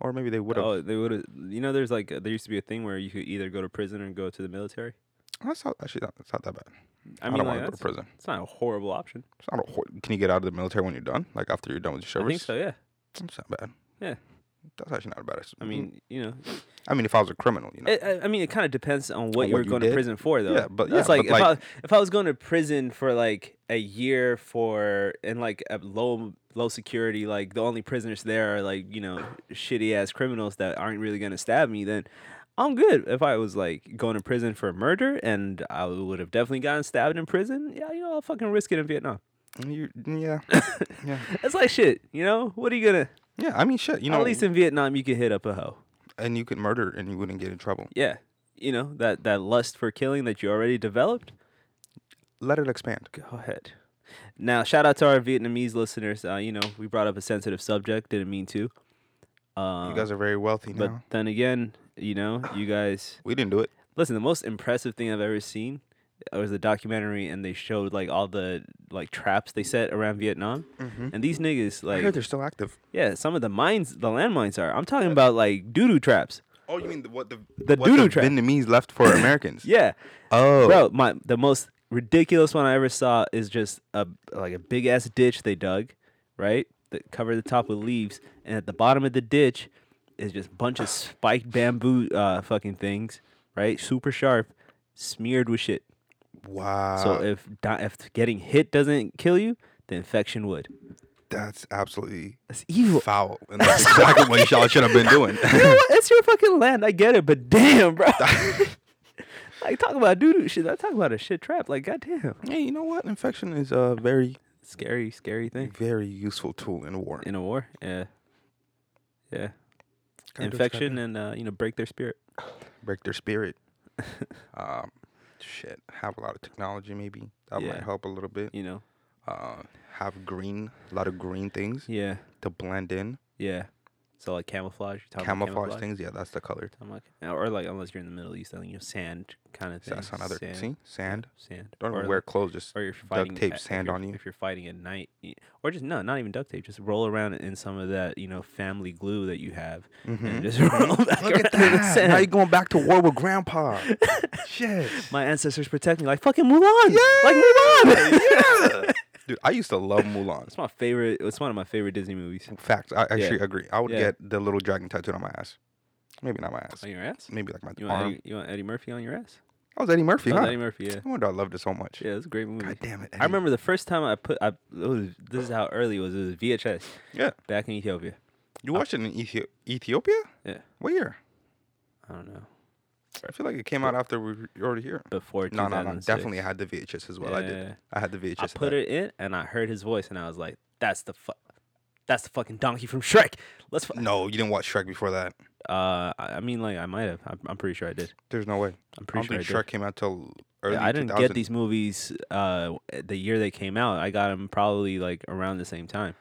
Speaker 1: or maybe they would have.
Speaker 2: oh, they would have. You know, there's like there used to be a thing where you could either go to prison or go to the military.
Speaker 1: That's not actually not, it's not that bad.
Speaker 2: I,
Speaker 1: I,
Speaker 2: mean,
Speaker 1: don't want to
Speaker 2: like,
Speaker 1: go to
Speaker 2: that's,
Speaker 1: prison.
Speaker 2: it's not a horrible option.
Speaker 1: It's not a hor- can you get out of the military when you're done? Like after you're done with your
Speaker 2: I think
Speaker 1: service?
Speaker 2: so. Yeah.
Speaker 1: It's not bad.
Speaker 2: Yeah.
Speaker 1: That's actually not a bad.
Speaker 2: I mean, you know,
Speaker 1: I mean, if I was a criminal, you know.
Speaker 2: it, I I mean, it kind of depends on what
Speaker 1: On
Speaker 2: you
Speaker 1: what
Speaker 2: were
Speaker 1: you
Speaker 2: going
Speaker 1: did?
Speaker 2: to prison for, though.
Speaker 1: Yeah, but-
Speaker 2: that's
Speaker 1: yeah,
Speaker 2: like,
Speaker 1: but, like-
Speaker 2: if I if I was going to prison for like a year for and like a low low security, like the only prisoners there are like you know shitty ass criminals that aren't really gonna stab me, then. I'm good. If I was like going to prison for murder and I would have definitely gotten stabbed in prison, yeah, you know, I'll fucking risk it in Vietnam.
Speaker 1: You, yeah, yeah,
Speaker 2: It's like shit, you know? What are you gonna?
Speaker 1: yeah. I mean, shit. You know,
Speaker 2: at least in Vietnam, you can hit up a hoe.
Speaker 1: and you could murder and you wouldn't get in trouble.
Speaker 2: Yeah. You know, that, that lust for killing that you already developed,
Speaker 1: Let it expand.
Speaker 2: go ahead. Now, shout out to our Vietnamese listeners. Uh, you know, we brought up a sensitive subject. Didn't mean to. Uh,
Speaker 1: You guys are very wealthy
Speaker 2: but
Speaker 1: now.
Speaker 2: then again, you know, you guys
Speaker 1: We didn't do it.
Speaker 2: listen. The most impressive thing I've ever seen uh, was a documentary, and they showed like all the like traps they set around Vietnam.
Speaker 1: Mm-hmm.
Speaker 2: And these niggas,
Speaker 1: I heard
Speaker 2: like,
Speaker 1: they're still active.
Speaker 2: yeah, some of the mines, the landmines are. I'm talking about like doo doo traps.
Speaker 1: Oh, you mean the, what the
Speaker 2: The
Speaker 1: what
Speaker 2: doo-doo
Speaker 1: the
Speaker 2: trap.
Speaker 1: Vietnamese left for Americans?
Speaker 2: Yeah,
Speaker 1: Oh,
Speaker 2: bro my the most ridiculous one i ever saw is just a like a big ass ditch they dug right that cover the top with leaves and at the bottom of the ditch is just bunch of spiked bamboo uh fucking things right super sharp smeared with shit
Speaker 1: wow.
Speaker 2: so if di- if getting hit doesn't kill you the infection would
Speaker 1: that's absolutely
Speaker 2: that's evil
Speaker 1: foul, and that's exactly what y'all should have been doing.
Speaker 2: You know what? it's your fucking land i get it but damn bro like talk about doo-doo shit i talk about a shit trap like goddamn
Speaker 1: hey, you know what? Infection is a very,
Speaker 2: scary scary thing
Speaker 1: very useful tool in war.
Speaker 2: in a war. Yeah, yeah.
Speaker 1: Kinda describe
Speaker 2: Infection
Speaker 1: it.
Speaker 2: and uh, you know break their spirit.
Speaker 1: break their spirit. um, shit, have a lot of technology maybe that might
Speaker 2: Yeah.
Speaker 1: help a little bit.
Speaker 2: You know.
Speaker 1: Uh, have green, a lot of green things
Speaker 2: Yeah,
Speaker 1: to blend in.
Speaker 2: yeah. So like camouflage. you're talking about
Speaker 1: Camouflage things, yeah, that's the color.
Speaker 2: I'm like, or like unless you're in the Middle East, I think you know, sand kind of
Speaker 1: So
Speaker 2: thing.
Speaker 1: That's another
Speaker 2: sand,
Speaker 1: see sand.
Speaker 2: sand.
Speaker 1: Don't
Speaker 2: or,
Speaker 1: even wear clothes. Just
Speaker 2: or if you're fighting
Speaker 1: tape
Speaker 2: at- if
Speaker 1: sand
Speaker 2: you're-
Speaker 1: on you.
Speaker 2: If you're fighting at night, y- or just no, not even duct tape. Just roll around in some of that you know family glue that you have, and just roll back
Speaker 1: mm-hmm. look at
Speaker 2: around in the
Speaker 1: that. Now you
Speaker 2: sand.
Speaker 1: going back to war with grandpa. Shit.
Speaker 2: My ancestors protect me. Like fucking Mulan. Like Mulan.
Speaker 1: Yeah. Dude, I used to love Mulan.
Speaker 2: It's my favorite. It's one of my favorite Disney movies.
Speaker 1: Facts. I actually agree. I would
Speaker 2: Yeah.
Speaker 1: get the little dragon tattooed on my ass. Maybe not my ass.
Speaker 2: On your ass?
Speaker 1: Maybe like my
Speaker 2: You want,
Speaker 1: arm.
Speaker 2: Eddie, you want Eddie Murphy on your ass?
Speaker 1: That was Eddie Murphy,
Speaker 2: That was
Speaker 1: huh?
Speaker 2: Eddie Murphy. Yeah.
Speaker 1: No wonder I loved it so much.
Speaker 2: Yeah, it's a great movie.
Speaker 1: God damn it.
Speaker 2: I remember the first time I put I it was, this is how early it was. It was VHS
Speaker 1: Yeah.
Speaker 2: back in Ethiopia.
Speaker 1: You watched it in Ethi- Ethiopia?
Speaker 2: Yeah.
Speaker 1: What year?
Speaker 2: I don't know.
Speaker 1: I feel like it came out after we were already here.
Speaker 2: Before
Speaker 1: No, no, no.
Speaker 2: 2006.
Speaker 1: Definitely I had the VHS as well. I
Speaker 2: Yeah.
Speaker 1: did. I had the VHS.
Speaker 2: I
Speaker 1: of
Speaker 2: put
Speaker 1: that.
Speaker 2: it in and I heard his voice and I was like, "That's the fu- that's the fucking donkey from Shrek." Let's. Fu-
Speaker 1: No, you didn't watch Shrek before that.
Speaker 2: uh, I I mean, like I might have. I'm, I'm pretty sure I did.
Speaker 1: There's no way.
Speaker 2: I'm
Speaker 1: I don't
Speaker 2: pretty sure I
Speaker 1: think
Speaker 2: did.
Speaker 1: Shrek came out till early.
Speaker 2: Yeah, I didn't
Speaker 1: 2000.
Speaker 2: get these movies uh, the year they came out. I got them probably like around the same time.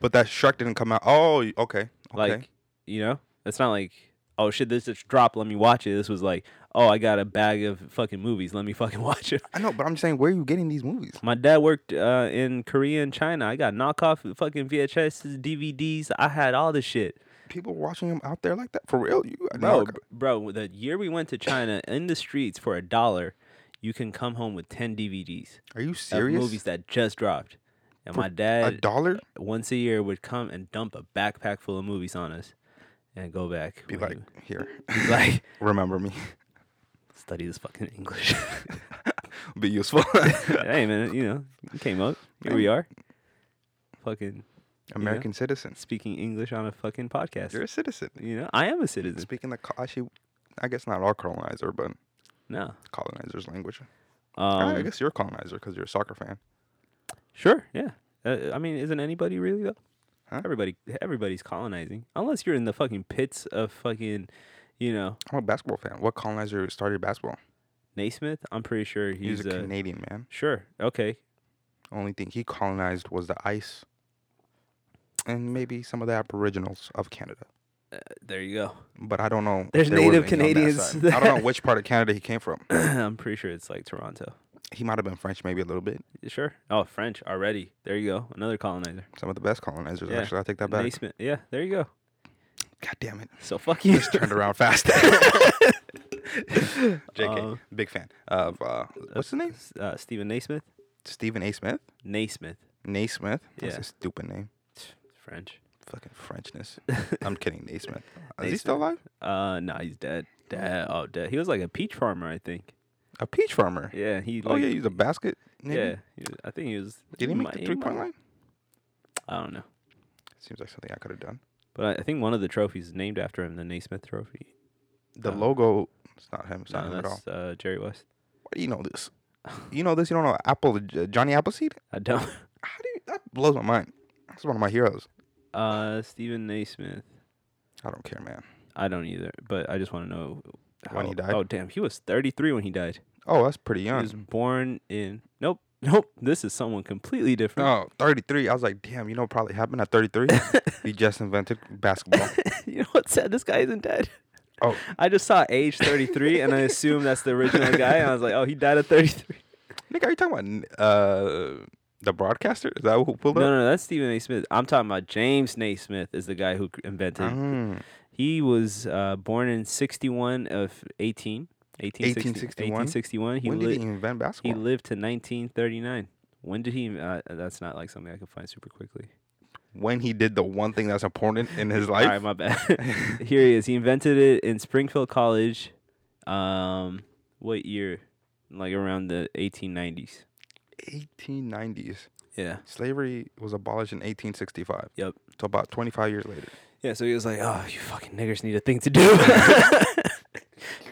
Speaker 1: But that Shrek didn't come out. Oh, y- okay. okay.
Speaker 2: Like, you know, it's not like, oh shit, this just dropped. Let me watch it. This was like, oh, I got a bag of fucking movies. Let me fucking watch it.
Speaker 1: I know, but I'm just saying, where are you getting these movies?
Speaker 2: My dad worked uh, in Korea and China. I got knockoff fucking VHS, DVDs. I had all this shit.
Speaker 1: People watching them out there like that for real? You I
Speaker 2: Bro,
Speaker 1: know,
Speaker 2: b- bro, the year we went to China in the streets for a dollar, you can come home with 10 DVDs
Speaker 1: are you
Speaker 2: of
Speaker 1: serious?
Speaker 2: movies that just dropped. And my
Speaker 1: a
Speaker 2: dad
Speaker 1: dollar?
Speaker 2: once a year would come and dump a backpack full of movies on us and go back.
Speaker 1: Be
Speaker 2: when
Speaker 1: like,
Speaker 2: he-
Speaker 1: here,
Speaker 2: he's like,
Speaker 1: remember me.
Speaker 2: study this fucking English.
Speaker 1: Be useful.
Speaker 2: hey man, you know, you came up. Here we are. Fucking
Speaker 1: American citizen.
Speaker 2: speaking English on a fucking podcast.
Speaker 1: You're a citizen.
Speaker 2: you know, I am a citizen.
Speaker 1: Speaking the co- actually, I guess not our colonizer, but
Speaker 2: No.
Speaker 1: colonizer's language.
Speaker 2: Um,
Speaker 1: I guess you're a colonizer because you're a soccer fan.
Speaker 2: Sure, yeah. Uh, I mean, isn't anybody really though?
Speaker 1: Huh?
Speaker 2: Everybody everybody's colonizing. Unless you're in the fucking pits of fucking, you know,
Speaker 1: I'm a basketball fan. What colonizer started basketball?
Speaker 2: Naismith. I'm pretty sure
Speaker 1: He's,
Speaker 2: he's,
Speaker 1: a
Speaker 2: a
Speaker 1: Canadian man.
Speaker 2: Sure. Okay.
Speaker 1: Only thing he colonized was the ice, and maybe some of the Aboriginals of Canada.
Speaker 2: There you go.
Speaker 1: But I don't know. if
Speaker 2: There's
Speaker 1: there
Speaker 2: Native
Speaker 1: was any on that
Speaker 2: Canadians
Speaker 1: side.
Speaker 2: that-
Speaker 1: I don't know which part of Canada he came from.
Speaker 2: I'm pretty sure it's like Toronto.
Speaker 1: He might have been French, maybe a little bit.
Speaker 2: You Sure. Oh, French already. There you go. Another colonizer.
Speaker 1: Some of the best colonizers.
Speaker 2: Yeah.
Speaker 1: Actually, I take that back.
Speaker 2: Naismith. Yeah. There you go.
Speaker 1: God damn it!
Speaker 2: So fuck you.
Speaker 1: Just turned around fast. JK,
Speaker 2: Um,
Speaker 1: big fan of uh, what's his name?
Speaker 2: uh, Stephen Naismith.
Speaker 1: Stephen A. Smith.
Speaker 2: Naismith.
Speaker 1: Naismith. That's
Speaker 2: Yeah.
Speaker 1: a stupid name.
Speaker 2: French.
Speaker 1: Fucking Frenchness. I'm kidding, Naismith. Is he still alive?
Speaker 2: Uh, no, he's dead. Dead. Oh, dead. He was like a peach farmer, I think.
Speaker 1: A peach farmer.
Speaker 2: Yeah. He.
Speaker 1: Oh
Speaker 2: like-
Speaker 1: yeah, he's a basket. Maybe.
Speaker 2: Yeah. he was- I think he was.
Speaker 1: Did he make
Speaker 2: might-
Speaker 1: the three point
Speaker 2: might-
Speaker 1: line?
Speaker 2: I don't know.
Speaker 1: Seems like something I could have done.
Speaker 2: But I, I think one of the trophies is named after him, the Naismith Trophy.
Speaker 1: The
Speaker 2: Uh,
Speaker 1: logo. It's not him. It's not
Speaker 2: No,
Speaker 1: him at all.
Speaker 2: that's uh, Jerry West.
Speaker 1: Why do you know this? You know this? You don't know Apple J- Johnny Appleseed?
Speaker 2: I don't.
Speaker 1: How do you? That blows my mind. That's one of my heroes.
Speaker 2: Uh, Stephen Naismith.
Speaker 1: I don't care, man.
Speaker 2: I don't either, but I just want to know
Speaker 1: When he
Speaker 2: how-
Speaker 1: died?
Speaker 2: Oh damn, he was 33 when he died.
Speaker 1: Oh, that's pretty
Speaker 2: He
Speaker 1: young.
Speaker 2: was born in Nope, nope. This is someone completely different.
Speaker 1: No, 33. Oh, I was like, damn, you know what probably happened at 33? he just invented basketball.
Speaker 2: you know what's sad? This guy isn't dead.
Speaker 1: Oh.
Speaker 2: I just saw age 33 and I assume that's the original guy and I was like, "Oh, he died at 33."
Speaker 1: Nick, are you talking about uh, the broadcaster? Is that who pulled
Speaker 2: No,
Speaker 1: up?
Speaker 2: no, that's Stephen A. Smith. I'm talking about James Naismith is the guy who cr- invented.
Speaker 1: Mm.
Speaker 2: He was uh, born in 61 of 18. 1860,
Speaker 1: 1861?
Speaker 2: 1861. He
Speaker 1: when
Speaker 2: li-
Speaker 1: did he invent
Speaker 2: He
Speaker 1: basketball?
Speaker 2: lived to 1939. When did he? Uh, that's not like something I can find super quickly.
Speaker 1: when he did the one thing that's important in his
Speaker 2: All right,
Speaker 1: life.
Speaker 2: my bad. Here he is. He invented it in Springfield College. Um, what year? Like around the 1890s.
Speaker 1: 1890s.
Speaker 2: Yeah.
Speaker 1: Slavery was abolished in 1865.
Speaker 2: Yep.
Speaker 1: So about 25 years later.
Speaker 2: Yeah. So he was like, "Oh, you fucking niggers need a thing to do."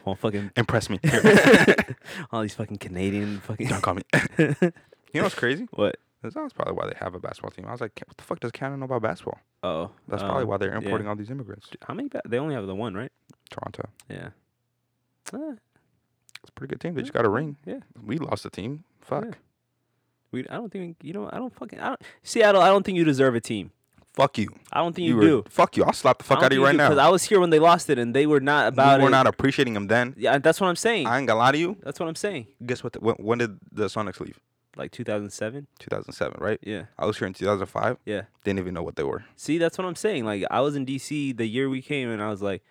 Speaker 2: Well, fucking
Speaker 1: Impress me. Here,
Speaker 2: all these fucking Canadian fucking
Speaker 1: don't call me. you know what's crazy?
Speaker 2: what?
Speaker 1: That's probably why they have a basketball team. I was like, what the fuck does Canada know about basketball?
Speaker 2: Oh,
Speaker 1: That's probably
Speaker 2: um,
Speaker 1: why they're
Speaker 2: yeah.
Speaker 1: importing all these immigrants.
Speaker 2: How many? Ba- they only have the one, right?
Speaker 1: Toronto.
Speaker 2: Yeah. Uh,
Speaker 1: It's a pretty good team. They just got a ring.
Speaker 2: yeah.
Speaker 1: We lost a team. Fuck.
Speaker 2: We, I don't think you know. I don't fucking. I don't, Seattle. I don't think you deserve a team.
Speaker 1: Fuck you.
Speaker 2: I don't think you,
Speaker 1: were-
Speaker 2: do.
Speaker 1: Fuck you. I'll slap the fuck out of you right now.
Speaker 2: Because I was here when they lost it, and they were not about
Speaker 1: you were
Speaker 2: it.
Speaker 1: not appreciating him then.
Speaker 2: yeah, that's what I'm saying.
Speaker 1: I ain't gonna lie to you.
Speaker 2: that's what I'm saying.
Speaker 1: Guess what? The, when, when did the Sonics leave?
Speaker 2: Like 2007.
Speaker 1: 2007, right?
Speaker 2: Yeah.
Speaker 1: I was here in 2005.
Speaker 2: Yeah.
Speaker 1: Didn't even know what they were.
Speaker 2: See, that's what I'm saying. Like I was in DC the year we came, and I was like,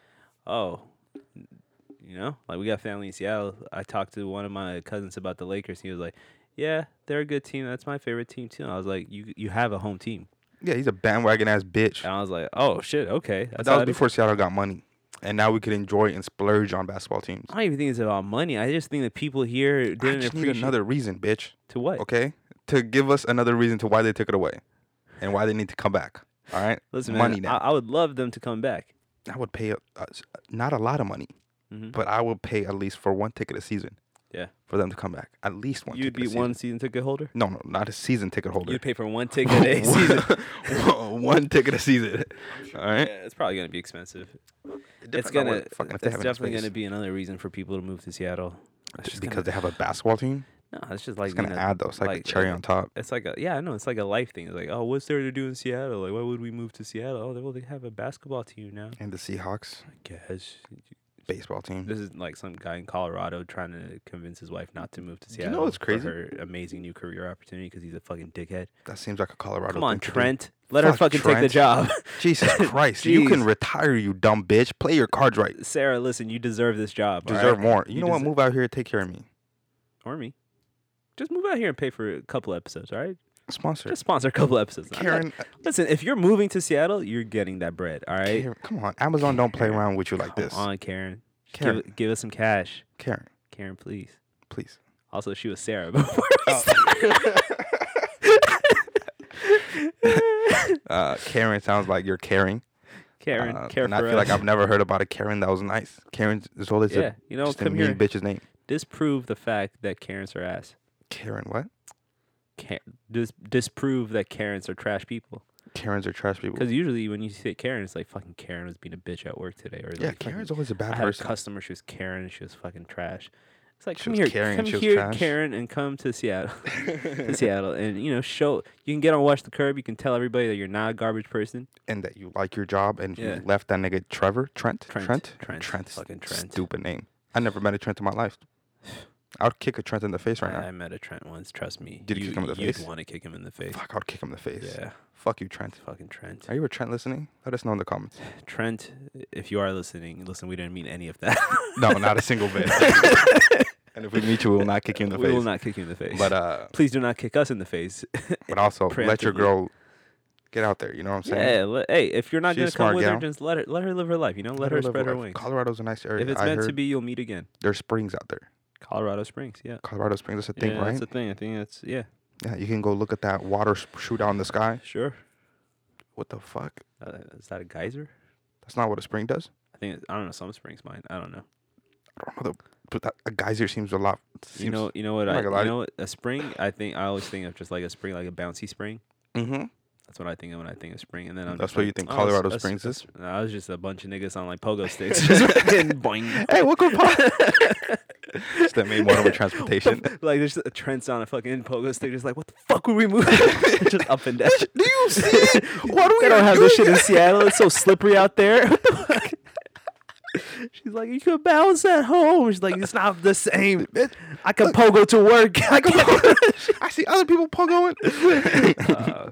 Speaker 2: oh, you know, like we got family in Seattle. I talked to one of my cousins about the Lakers. And he was like, yeah, they're a good team. That's my favorite team too. And I was like, you you have a home team,
Speaker 1: Yeah, he's a bandwagon ass bitch.
Speaker 2: and I was like, oh shit, okay.
Speaker 1: But
Speaker 2: That's
Speaker 1: that
Speaker 2: how
Speaker 1: was
Speaker 2: it is."
Speaker 1: before Seattle got money, and now we could enjoy and splurge on basketball teams.
Speaker 2: I don't even think it's about money. I just think that people here
Speaker 1: I
Speaker 2: didn't
Speaker 1: just need
Speaker 2: appreciate
Speaker 1: another reason, bitch.
Speaker 2: to what.
Speaker 1: Okay, to give us another reason to why they took it away, and why they need to come back. All right,
Speaker 2: Listen,
Speaker 1: money
Speaker 2: man,
Speaker 1: now.
Speaker 2: I, I would love them to come back.
Speaker 1: I would pay a, a s- not a lot of money,
Speaker 2: Mhm.
Speaker 1: but I would pay at least for one ticket a season.
Speaker 2: Yeah.
Speaker 1: For them to come back, at least one.
Speaker 2: You'd
Speaker 1: ticket a
Speaker 2: be
Speaker 1: season.
Speaker 2: one season ticket holder.
Speaker 1: No, no, not a season ticket holder.
Speaker 2: You'd pay for one ticket a season.
Speaker 1: One- one ticket a season. All right.
Speaker 2: Yeah, it's probably gonna be expensive.
Speaker 1: It
Speaker 2: It's
Speaker 1: depends on
Speaker 2: gonna.
Speaker 1: what- fucking if they
Speaker 2: it's
Speaker 1: have any
Speaker 2: definitely
Speaker 1: space.
Speaker 2: gonna be another reason for people to move to Seattle.
Speaker 1: just
Speaker 2: It's just
Speaker 1: because they have a basketball team.
Speaker 2: gonna, no, it's just like
Speaker 1: It's gonna
Speaker 2: you know,
Speaker 1: add though. It's like,
Speaker 2: like,
Speaker 1: a cherry
Speaker 2: uh,
Speaker 1: on top.
Speaker 2: It's like a yeah, I know. It's like a life thing. It's like oh, what's there to do in Seattle? Like why would we move to Seattle? Oh, they- well they have a basketball team now.
Speaker 1: And the Seahawks
Speaker 2: I guess
Speaker 1: baseball team.
Speaker 2: this is like some guy in Colorado trying to convince his wife not to move to
Speaker 1: Do you
Speaker 2: Seattle.
Speaker 1: know what's crazy?
Speaker 2: For her amazing new career opportunity because he's a fucking dickhead.
Speaker 1: That seems like a Colorado.
Speaker 2: Come on,
Speaker 1: thing to do.
Speaker 2: Trent. Let her
Speaker 1: Fuck
Speaker 2: fucking take the
Speaker 1: Trent.
Speaker 2: job.
Speaker 1: Jesus Christ, you can
Speaker 2: Jeez.
Speaker 1: retire, you dumb bitch. Play your cards right.
Speaker 2: Sarah, listen, you deserve this job. all
Speaker 1: Deserve
Speaker 2: right?
Speaker 1: more. You,
Speaker 2: You
Speaker 1: know what?
Speaker 2: deser-
Speaker 1: Move out here. Take care of me.
Speaker 2: or me. Just move out here and pay for a couple episodes, all right?
Speaker 1: Sponsor.
Speaker 2: Just sponsor a couple episodes. I'm not-
Speaker 1: Karen,
Speaker 2: listen, if you're moving to Seattle, you're getting that bread, all right?
Speaker 1: Karen, come on. Amazon don't play around with you like
Speaker 2: Come
Speaker 1: this.
Speaker 2: on, Karen.
Speaker 1: Karen,
Speaker 2: Give, give us some cash.
Speaker 1: Karen,
Speaker 2: Karen, please.
Speaker 1: please.
Speaker 2: Also, she was Sarah before. we
Speaker 1: Oh.
Speaker 2: started.
Speaker 1: Uh, Karen sounds like you're caring.
Speaker 2: Karen,
Speaker 1: Uh,
Speaker 2: care
Speaker 1: and
Speaker 2: for
Speaker 1: I feel
Speaker 2: us.
Speaker 1: like I've never heard about a Karen that was nice. Karen is always
Speaker 2: yeah,
Speaker 1: a,
Speaker 2: you know,
Speaker 1: just a
Speaker 2: come
Speaker 1: mean
Speaker 2: here.
Speaker 1: bitch's name.
Speaker 2: Disprove the fact that Karens are ass.
Speaker 1: Karen, what?
Speaker 2: Ca- dis- disprove that Karens are trash people.
Speaker 1: Karens are trash people.
Speaker 2: Because usually when you say Karen, it's like fucking Karen was being a bitch at work today, or
Speaker 1: Yeah,
Speaker 2: like, fucking-
Speaker 1: Karen's always a
Speaker 2: I
Speaker 1: bad
Speaker 2: had a
Speaker 1: person.
Speaker 2: customer. She was Karen. and She was fucking trash. It's like
Speaker 1: She
Speaker 2: come
Speaker 1: was
Speaker 2: here,
Speaker 1: Karen,
Speaker 2: come
Speaker 1: she was
Speaker 2: here,
Speaker 1: trash.
Speaker 2: Karen, and come to Seattle, to Seattle, and you know show. You can get on Watch the Curb. You can tell everybody that you're not a garbage person.
Speaker 1: and that you like your job and
Speaker 2: Yeah.
Speaker 1: you left that nigga Trevor Trent
Speaker 2: Trent,
Speaker 1: Trent
Speaker 2: Trent,
Speaker 1: Trent's
Speaker 2: fucking Trent.
Speaker 1: stupid name. I never met a Trent in my life. I would kick a Trent in the face right
Speaker 2: I,
Speaker 1: now.
Speaker 2: I met a Trent once. Trust me,
Speaker 1: Did you kick him in the
Speaker 2: would
Speaker 1: face?
Speaker 2: want to kick him in the face.
Speaker 1: Fuck, I would kick him in the face.
Speaker 2: Yeah,
Speaker 1: Fuck you, Trent.
Speaker 2: fucking Trent.
Speaker 1: Are you a Trent listening? Let us know in the comments.
Speaker 2: Trent, if you are listening, listen. We didn't mean any of that.
Speaker 1: No, not a single bit. and if we meet you, we will not kick you in the
Speaker 2: we
Speaker 1: face.
Speaker 2: will not kick you in the face.
Speaker 1: But uh,
Speaker 2: please do not kick us in the face.
Speaker 1: but also let your
Speaker 2: Preemptively.
Speaker 1: girl get out there. You know what I'm saying?
Speaker 2: yeah, le- hey, if you're not
Speaker 1: She's
Speaker 2: gonna
Speaker 1: a smart
Speaker 2: come with her,
Speaker 1: gal.
Speaker 2: just let her let her live her life. You know, let, her
Speaker 1: live
Speaker 2: spread her
Speaker 1: life.
Speaker 2: wings.
Speaker 1: Colorado's a nice area.
Speaker 2: if it's
Speaker 1: I
Speaker 2: meant to
Speaker 1: heard
Speaker 2: be, you'll meet again.
Speaker 1: there's springs out there.
Speaker 2: Colorado Springs. Yeah.
Speaker 1: Colorado Springs. That's a thing,
Speaker 2: yeah,
Speaker 1: right?
Speaker 2: That's the thing. I think that's yeah.
Speaker 1: yeah, you can go look at that water sp- shoot out in the sky.
Speaker 2: Sure.
Speaker 1: What the fuck?
Speaker 2: Uh, is that a geyser?
Speaker 1: That's not what a spring does.
Speaker 2: I think it, I don't know. Some springs mine. I don't know.
Speaker 1: I don't know. The, but that, a geyser seems a lot. Seems,
Speaker 2: you know. You know what?
Speaker 1: I'm
Speaker 2: I,
Speaker 1: not gonna lie
Speaker 2: you
Speaker 1: to
Speaker 2: know what? A spring. I think I always think of just like a spring, like a bouncy spring.
Speaker 1: hmm
Speaker 2: That's what I think of when I think of spring. And then I'm
Speaker 1: That's
Speaker 2: just
Speaker 1: what
Speaker 2: like,
Speaker 1: you think
Speaker 2: "Oh, it's-
Speaker 1: Colorado
Speaker 2: that's-
Speaker 1: Springs
Speaker 2: that's-
Speaker 1: is.
Speaker 2: no, I was just a bunch of niggas on like pogo sticks. just fucking boing.
Speaker 1: Hey, welcome back. it's the main one with transportation.
Speaker 2: Like there's a Trent's on a fucking pogo stick. Just like what the fuck were we moving? just up and down.
Speaker 1: Do you see? Why do
Speaker 2: They don't have this shit in Seattle. It's so slippery out there. What the fuck? She's like, you can bounce at home. She's like, it's not the same.
Speaker 1: Bitch,
Speaker 2: I can pogo to work. I can.
Speaker 1: I see other people pogoing.
Speaker 2: Uh,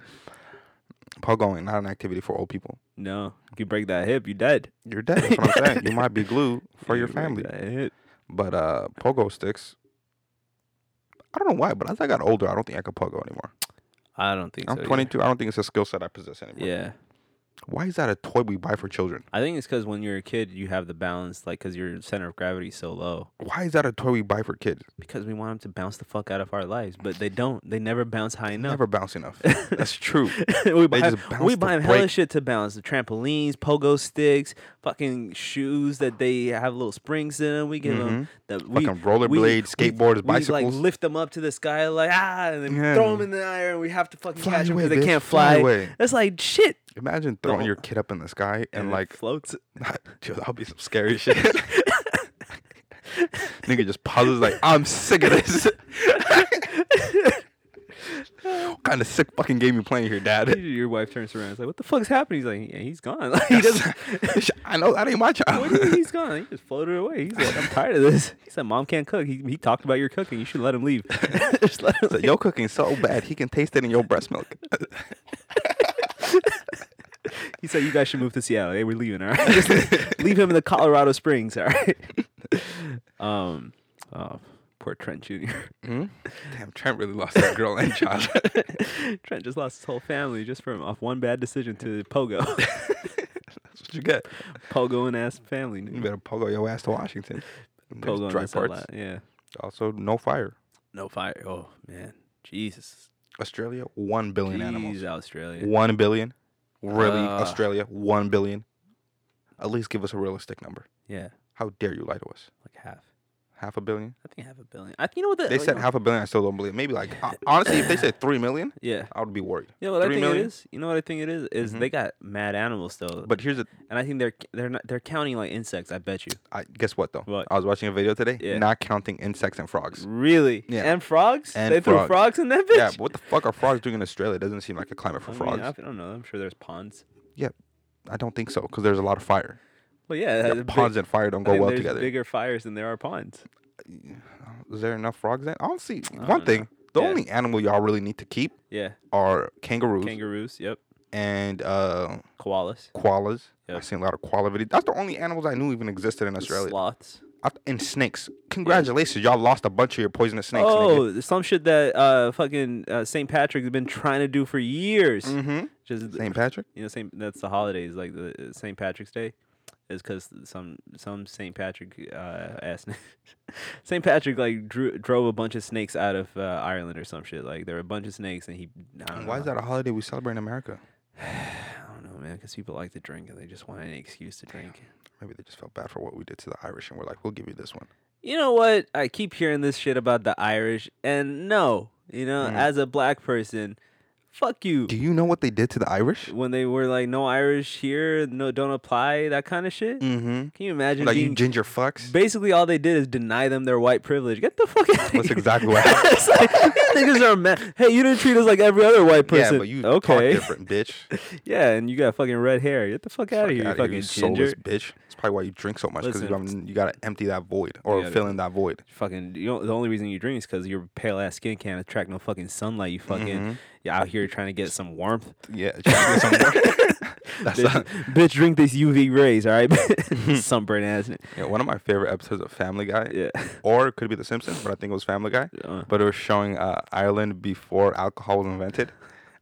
Speaker 1: pogoing, not an activity for old people.
Speaker 2: no, you break that hip, you dead
Speaker 1: You're dead. That's what I'm saying. You might be glue for your
Speaker 2: You break
Speaker 1: family.
Speaker 2: that hip.
Speaker 1: But uh, pogo sticks. I don't know why, but as I got older, I don't think I could pogo anymore.
Speaker 2: I don't think
Speaker 1: I'm
Speaker 2: so. either.
Speaker 1: 22. I don't think it's a skill set I possess anymore.
Speaker 2: Yeah,
Speaker 1: Why is that a toy we buy for children?
Speaker 2: I think it's because when you're a kid, you have the balance, like, because your center of gravity is so low.
Speaker 1: Why is that a toy we buy for kids?
Speaker 2: Because we want them to bounce the fuck out of our lives, but they don't. They never bounce high enough.
Speaker 1: Never bounce enough. That's true.
Speaker 2: we buy,
Speaker 1: just bounce
Speaker 2: we
Speaker 1: the
Speaker 2: buy them hella
Speaker 1: brake.
Speaker 2: shit to balance the trampolines, pogo sticks, fucking shoes that they have little springs in them. We give them the we,
Speaker 1: Mm-hmm. Fucking
Speaker 2: we-
Speaker 1: rollerblades,
Speaker 2: we-
Speaker 1: skateboards,
Speaker 2: We like
Speaker 1: bicycles.
Speaker 2: lift them up to the sky, like ah, and then
Speaker 1: Yeah.
Speaker 2: throw them in the air, and we have to fucking
Speaker 1: Fly
Speaker 2: catch them
Speaker 1: away,
Speaker 2: because they
Speaker 1: bitch,
Speaker 2: can't
Speaker 1: fly
Speaker 2: fly.
Speaker 1: away.
Speaker 2: That's like shit.
Speaker 1: Imagine throwing
Speaker 2: whole-
Speaker 1: your kid up in the sky and,
Speaker 2: it
Speaker 1: like,
Speaker 2: floats.
Speaker 1: dude, that'll be some scary shit. Nigga just pauses like, I'm sick of this. what kind of sick fucking game you playing here, Dad?
Speaker 2: Your wife turns around. It's like, what the fuck's happening? He's like, yeah, he's gone. Like, he doesn't.
Speaker 1: I know that ain't my
Speaker 2: What do you
Speaker 1: child.
Speaker 2: mean he's gone? He just floated away. He's like, I'm tired of this. He said, Mom can't cook. He, he talked about your cooking. You should let him leave. Just let him
Speaker 1: So
Speaker 2: leave.
Speaker 1: your cooking's so bad, he can taste it in your breast milk.
Speaker 2: He said, You guys should move to Seattle. Hey, we're leaving. All right. Just leave him in the Colorado Springs. All right. Um, oh, poor Trent Jr.
Speaker 1: Hmm? Damn, Trent really lost that girl and child.
Speaker 2: Trent just lost his whole family just from off one bad decision to Pogo.
Speaker 1: That's what you get.
Speaker 2: Pogo and ass family.
Speaker 1: You
Speaker 2: dude.
Speaker 1: better pogo your ass to Washington. There's
Speaker 2: Pogo and
Speaker 1: dry
Speaker 2: ass a
Speaker 1: parts.
Speaker 2: lot. Yeah.
Speaker 1: Also, no fire.
Speaker 2: No fire. Oh, man. Jesus.
Speaker 1: Australia, one billion animals.
Speaker 2: Jeez, Australia.
Speaker 1: One billion. Really,
Speaker 2: Ugh.
Speaker 1: Australia, one billion. At least give us a realistic number.
Speaker 2: Yeah.
Speaker 1: How dare you lie to us?
Speaker 2: Like half.
Speaker 1: Half a billion?
Speaker 2: I think half a billion. I think you know what the,
Speaker 1: They
Speaker 2: like,
Speaker 1: said
Speaker 2: no.
Speaker 1: half a billion. I still don't believe. it. Maybe like hon- honestly, if they said three million,
Speaker 2: Yeah.
Speaker 1: I would be worried.
Speaker 2: You know what I
Speaker 1: Three
Speaker 2: think
Speaker 1: million?
Speaker 2: it is? You know what I think it is? Is
Speaker 1: Mhm.
Speaker 2: they got mad animals though.
Speaker 1: But here's the.
Speaker 2: and I think they're they're not they're counting like insects, I bet you.
Speaker 1: I guess what though?
Speaker 2: What?
Speaker 1: I was watching a video today.
Speaker 2: Yeah.
Speaker 1: Not counting insects and frogs.
Speaker 2: Really?
Speaker 1: Yeah.
Speaker 2: And frogs?
Speaker 1: And
Speaker 2: they
Speaker 1: frogs.
Speaker 2: threw frogs in that bitch?
Speaker 1: yeah. but What the fuck are frogs doing in Australia? It doesn't seem like a climate for
Speaker 2: I mean,
Speaker 1: frogs.
Speaker 2: I don't know. I'm sure there's ponds.
Speaker 1: I don't think so because there's a lot of fire.
Speaker 2: Well,
Speaker 1: Yeah,
Speaker 2: yeah. Uh, the big-
Speaker 1: ponds and fire don't
Speaker 2: I
Speaker 1: go
Speaker 2: think
Speaker 1: well
Speaker 2: there's
Speaker 1: together. Uh,
Speaker 2: bigger fires than there are ponds.
Speaker 1: Is there enough frogs then? I don't see.
Speaker 2: don't
Speaker 1: one
Speaker 2: know.
Speaker 1: thing. The
Speaker 2: Yeah.
Speaker 1: only animal y'all really need to keep
Speaker 2: Yeah.
Speaker 1: are kangaroos
Speaker 2: Kangaroos. Yep.
Speaker 1: and uh,
Speaker 2: Koalas.
Speaker 1: koalas.
Speaker 2: Yeah.
Speaker 1: I've seen a lot of koala videos. That's the only animals I knew even existed in Australia.
Speaker 2: Sloths.
Speaker 1: I th- and snakes. Congratulations, y'all lost a bunch of your poisonous snakes.
Speaker 2: oh, there's some shit that uh fucking uh, St. Patrick's been trying to do for years.
Speaker 1: Mm-hmm.
Speaker 2: Just
Speaker 1: St. Patrick.
Speaker 2: you know, Saint that's the holidays like the uh, Saint Patrick's Day, is because some some Saint Patrick uh ass Saint Patrick like drew, drove a bunch of snakes out of uh, Ireland or some shit. Like there were a bunch of snakes and he. I don't
Speaker 1: Why
Speaker 2: know.
Speaker 1: is that a holiday we celebrate in America?
Speaker 2: I don't know, man. Because people like to drink and they just want any excuse to drink.
Speaker 1: Maybe they just felt bad for what we did to the Irish, and we're like, we'll give you this one.
Speaker 2: You know what? I keep hearing this shit about the Irish, and no, you know,
Speaker 1: Mm.
Speaker 2: as a black person, fuck you.
Speaker 1: Do you know what they did to the Irish?
Speaker 2: When they were like, no Irish here, no, don't apply, that kind of shit.
Speaker 1: Mm-hmm.
Speaker 2: Can you imagine
Speaker 1: Like
Speaker 2: being
Speaker 1: you ginger fucks.
Speaker 2: Basically, all they did is deny them their white privilege. Get the fuck out of here.
Speaker 1: That's exactly what happened.
Speaker 2: It's like, niggas are mad. Hey, you didn't treat us like every other white person.
Speaker 1: Yeah, but you talk
Speaker 2: okay.
Speaker 1: different, bitch.
Speaker 2: yeah, and you got fucking red hair. Get the fuck
Speaker 1: Fuck
Speaker 2: out of here, you
Speaker 1: outta
Speaker 2: fucking
Speaker 1: you
Speaker 2: ginger.
Speaker 1: soulless bitch. That's probably why you drink so much because you,
Speaker 2: Listen.
Speaker 1: haven't- you gotta empty that void or
Speaker 2: gotta-
Speaker 1: fill in that void.
Speaker 2: Fucking, you don't, the only reason you drink is because your pale ass skin can't attract no fucking sunlight. You fucking,
Speaker 1: Mm-hmm.
Speaker 2: you're out here trying to get some warmth.
Speaker 1: Yeah, try to get some more. That's
Speaker 2: Bitch,
Speaker 1: not-
Speaker 2: bitch, drink this UV rays, all right? Sunburn ass. ni-
Speaker 1: yeah, one of my favorite episodes of Family Guy,
Speaker 2: Yeah.
Speaker 1: or it could be The Simpsons, but I think it was Family Guy.
Speaker 2: Uh,
Speaker 1: but it was showing uh, Ireland before alcohol was invented,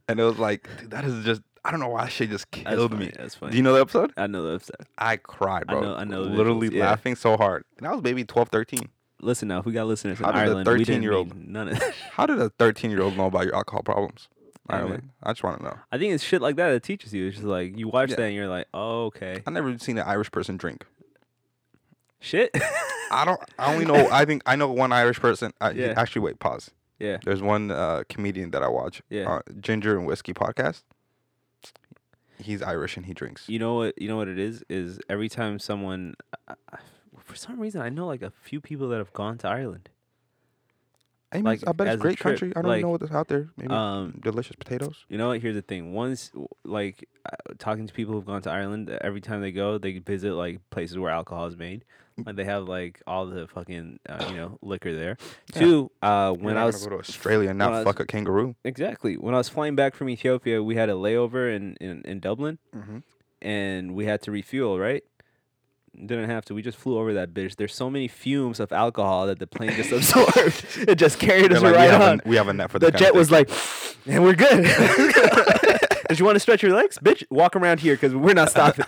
Speaker 1: and it was like, dude, that is just I don't know why that shit just
Speaker 2: that's
Speaker 1: killed
Speaker 2: funny,
Speaker 1: me.
Speaker 2: That's funny.
Speaker 1: Do you know the episode?
Speaker 2: I know the upset.
Speaker 1: I cried,
Speaker 2: I
Speaker 1: bro.
Speaker 2: know- I know the
Speaker 1: Literally
Speaker 2: visuals, yeah.
Speaker 1: laughing so hard. And I was maybe 12, 13.
Speaker 2: Listen now, if we got listeners in
Speaker 1: How did the
Speaker 2: Ireland, we didn't
Speaker 1: 13-year-old
Speaker 2: mean none of that.
Speaker 1: How did a 13 year old know about your alcohol problems?
Speaker 2: Yeah, man.
Speaker 1: Ireland. I just want to know.
Speaker 2: I think it's shit like that that teaches you. It's just like you watch
Speaker 1: Yeah.
Speaker 2: that and you're like, oh, okay,
Speaker 1: I never seen an Irish person drink.
Speaker 2: shit.
Speaker 1: I don't. I only know. I think I know one Irish person. I,
Speaker 2: Yeah.
Speaker 1: Actually, wait. Pause.
Speaker 2: yeah,
Speaker 1: There's one uh, comedian that I watch.
Speaker 2: Yeah.
Speaker 1: Uh, Ginger and Whiskey podcast. He's Irish and he drinks.
Speaker 2: you know what? You know what it is? Is every time someone, I, I, for some reason, I know like a few people that have gone to Ireland.
Speaker 1: I mean,
Speaker 2: like,
Speaker 1: I bet
Speaker 2: as
Speaker 1: it's
Speaker 2: a
Speaker 1: great
Speaker 2: trip,
Speaker 1: country. I don't
Speaker 2: like,
Speaker 1: know what's out there. Maybe
Speaker 2: Um,
Speaker 1: delicious potatoes.
Speaker 2: you know what? Here's the thing. Once, w- like, uh, talking to people who've gone to Ireland, uh, every time they go, they visit like places where alcohol is made.
Speaker 1: Mm.
Speaker 2: Like they have like all the fucking uh, you know liquor there.
Speaker 1: Yeah.
Speaker 2: Two, uh,
Speaker 1: When
Speaker 2: when
Speaker 1: You're
Speaker 2: I
Speaker 1: not
Speaker 2: was
Speaker 1: gonna go to Australia and
Speaker 2: when
Speaker 1: not
Speaker 2: I was-
Speaker 1: fuck a kangaroo.
Speaker 2: exactly when I was flying back from Ethiopia, we had a layover in in, in Dublin.
Speaker 1: Mm-hmm.
Speaker 2: and we had to refuel, right? Didn't have to. We just flew over that bitch. There's so many fumes of alcohol that the plane just absorbed. It just carried
Speaker 1: They're
Speaker 2: us
Speaker 1: like, we,
Speaker 2: right
Speaker 1: have
Speaker 2: on.
Speaker 1: a, we have a net for
Speaker 2: The
Speaker 1: this kind of
Speaker 2: jet was
Speaker 1: thing."
Speaker 2: like, and we're good. Did you want to stretch your legs, bitch? Walk around here because we're not stopping.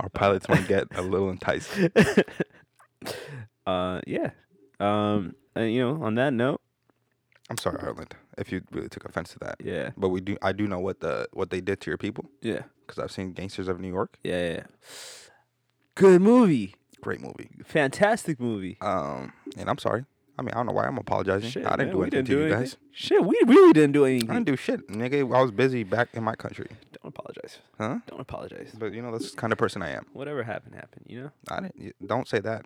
Speaker 1: Our pilots might get a little enticed.
Speaker 2: uh, yeah. Um, and, you know, on that note,
Speaker 1: I'm sorry, Ireland, if you really took offense to that.
Speaker 2: yeah,
Speaker 1: But we do. I do know what the what they did to your people
Speaker 2: yeah,
Speaker 1: because I've seen Gangsters of New York.
Speaker 2: yeah, yeah. Good movie,
Speaker 1: Great movie.
Speaker 2: fantastic movie.
Speaker 1: Um, and I'm sorry. I mean, I don't know why I'm apologizing. I didn't
Speaker 2: man,
Speaker 1: do
Speaker 2: we
Speaker 1: anything to you guys.
Speaker 2: Shit, we really didn't do
Speaker 1: I
Speaker 2: anything.
Speaker 1: didn't do shit, nigga. I was busy back in my country,
Speaker 2: Don't apologize.
Speaker 1: huh?
Speaker 2: Don't apologize.
Speaker 1: But you know, that's the kind of person I am.
Speaker 2: Whatever happened, happened. You know,
Speaker 1: I didn't. y- Don't say that.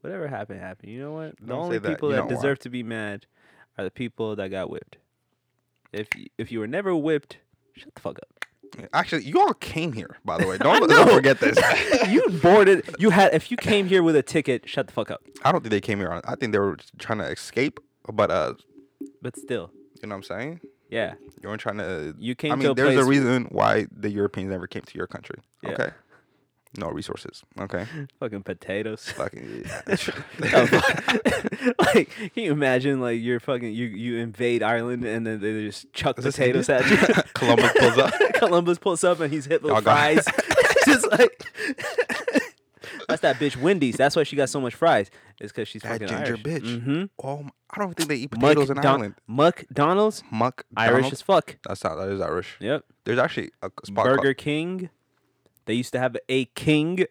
Speaker 2: whatever happened, happened. You know what? The
Speaker 1: Don't
Speaker 2: only
Speaker 1: say that.
Speaker 2: people
Speaker 1: You
Speaker 2: that
Speaker 1: know why.
Speaker 2: deserve to be mad are the people that got whipped. If y- if you were never whipped, shut the fuck up.
Speaker 1: Actually, you all came here, by the way. Don't, don't forget this.
Speaker 2: you boarded. You had. If you came here with a ticket, shut the fuck up.
Speaker 1: I don't think they came here. on- I think they were trying to escape, but uh,
Speaker 2: But still,
Speaker 1: you know what I'm saying?
Speaker 2: yeah,
Speaker 1: You weren't trying to.
Speaker 2: you came
Speaker 1: I
Speaker 2: to
Speaker 1: mean,
Speaker 2: a
Speaker 1: there's
Speaker 2: place.
Speaker 1: a reason why the Europeans never came to your country.
Speaker 2: Yeah.
Speaker 1: Okay. No resources. Okay.
Speaker 2: fucking potatoes.
Speaker 1: Fucking.
Speaker 2: Oh, fuck. like, can you imagine? Like, you're fucking you you invade Ireland and then they just chuck
Speaker 1: Is this
Speaker 2: potatoes at you.
Speaker 1: India? Columbus pulls up.
Speaker 2: Columbus pulls up and he's hit with
Speaker 1: Y'all got-
Speaker 2: fries. just like that's that bitch Wendy's. That's why she got so much fries. It's because she's
Speaker 1: That
Speaker 2: fucking
Speaker 1: ginger
Speaker 2: Irish.
Speaker 1: bitch.
Speaker 2: hmm
Speaker 1: Oh, my- I don't think they eat potatoes in
Speaker 2: McDonald's,
Speaker 1: Ireland.
Speaker 2: McDonald's,
Speaker 1: Muck.
Speaker 2: Irish as fuck.
Speaker 1: That's not. That is Irish.
Speaker 2: Yep.
Speaker 1: There's actually a spot called-
Speaker 2: Burger King. They used to have a King,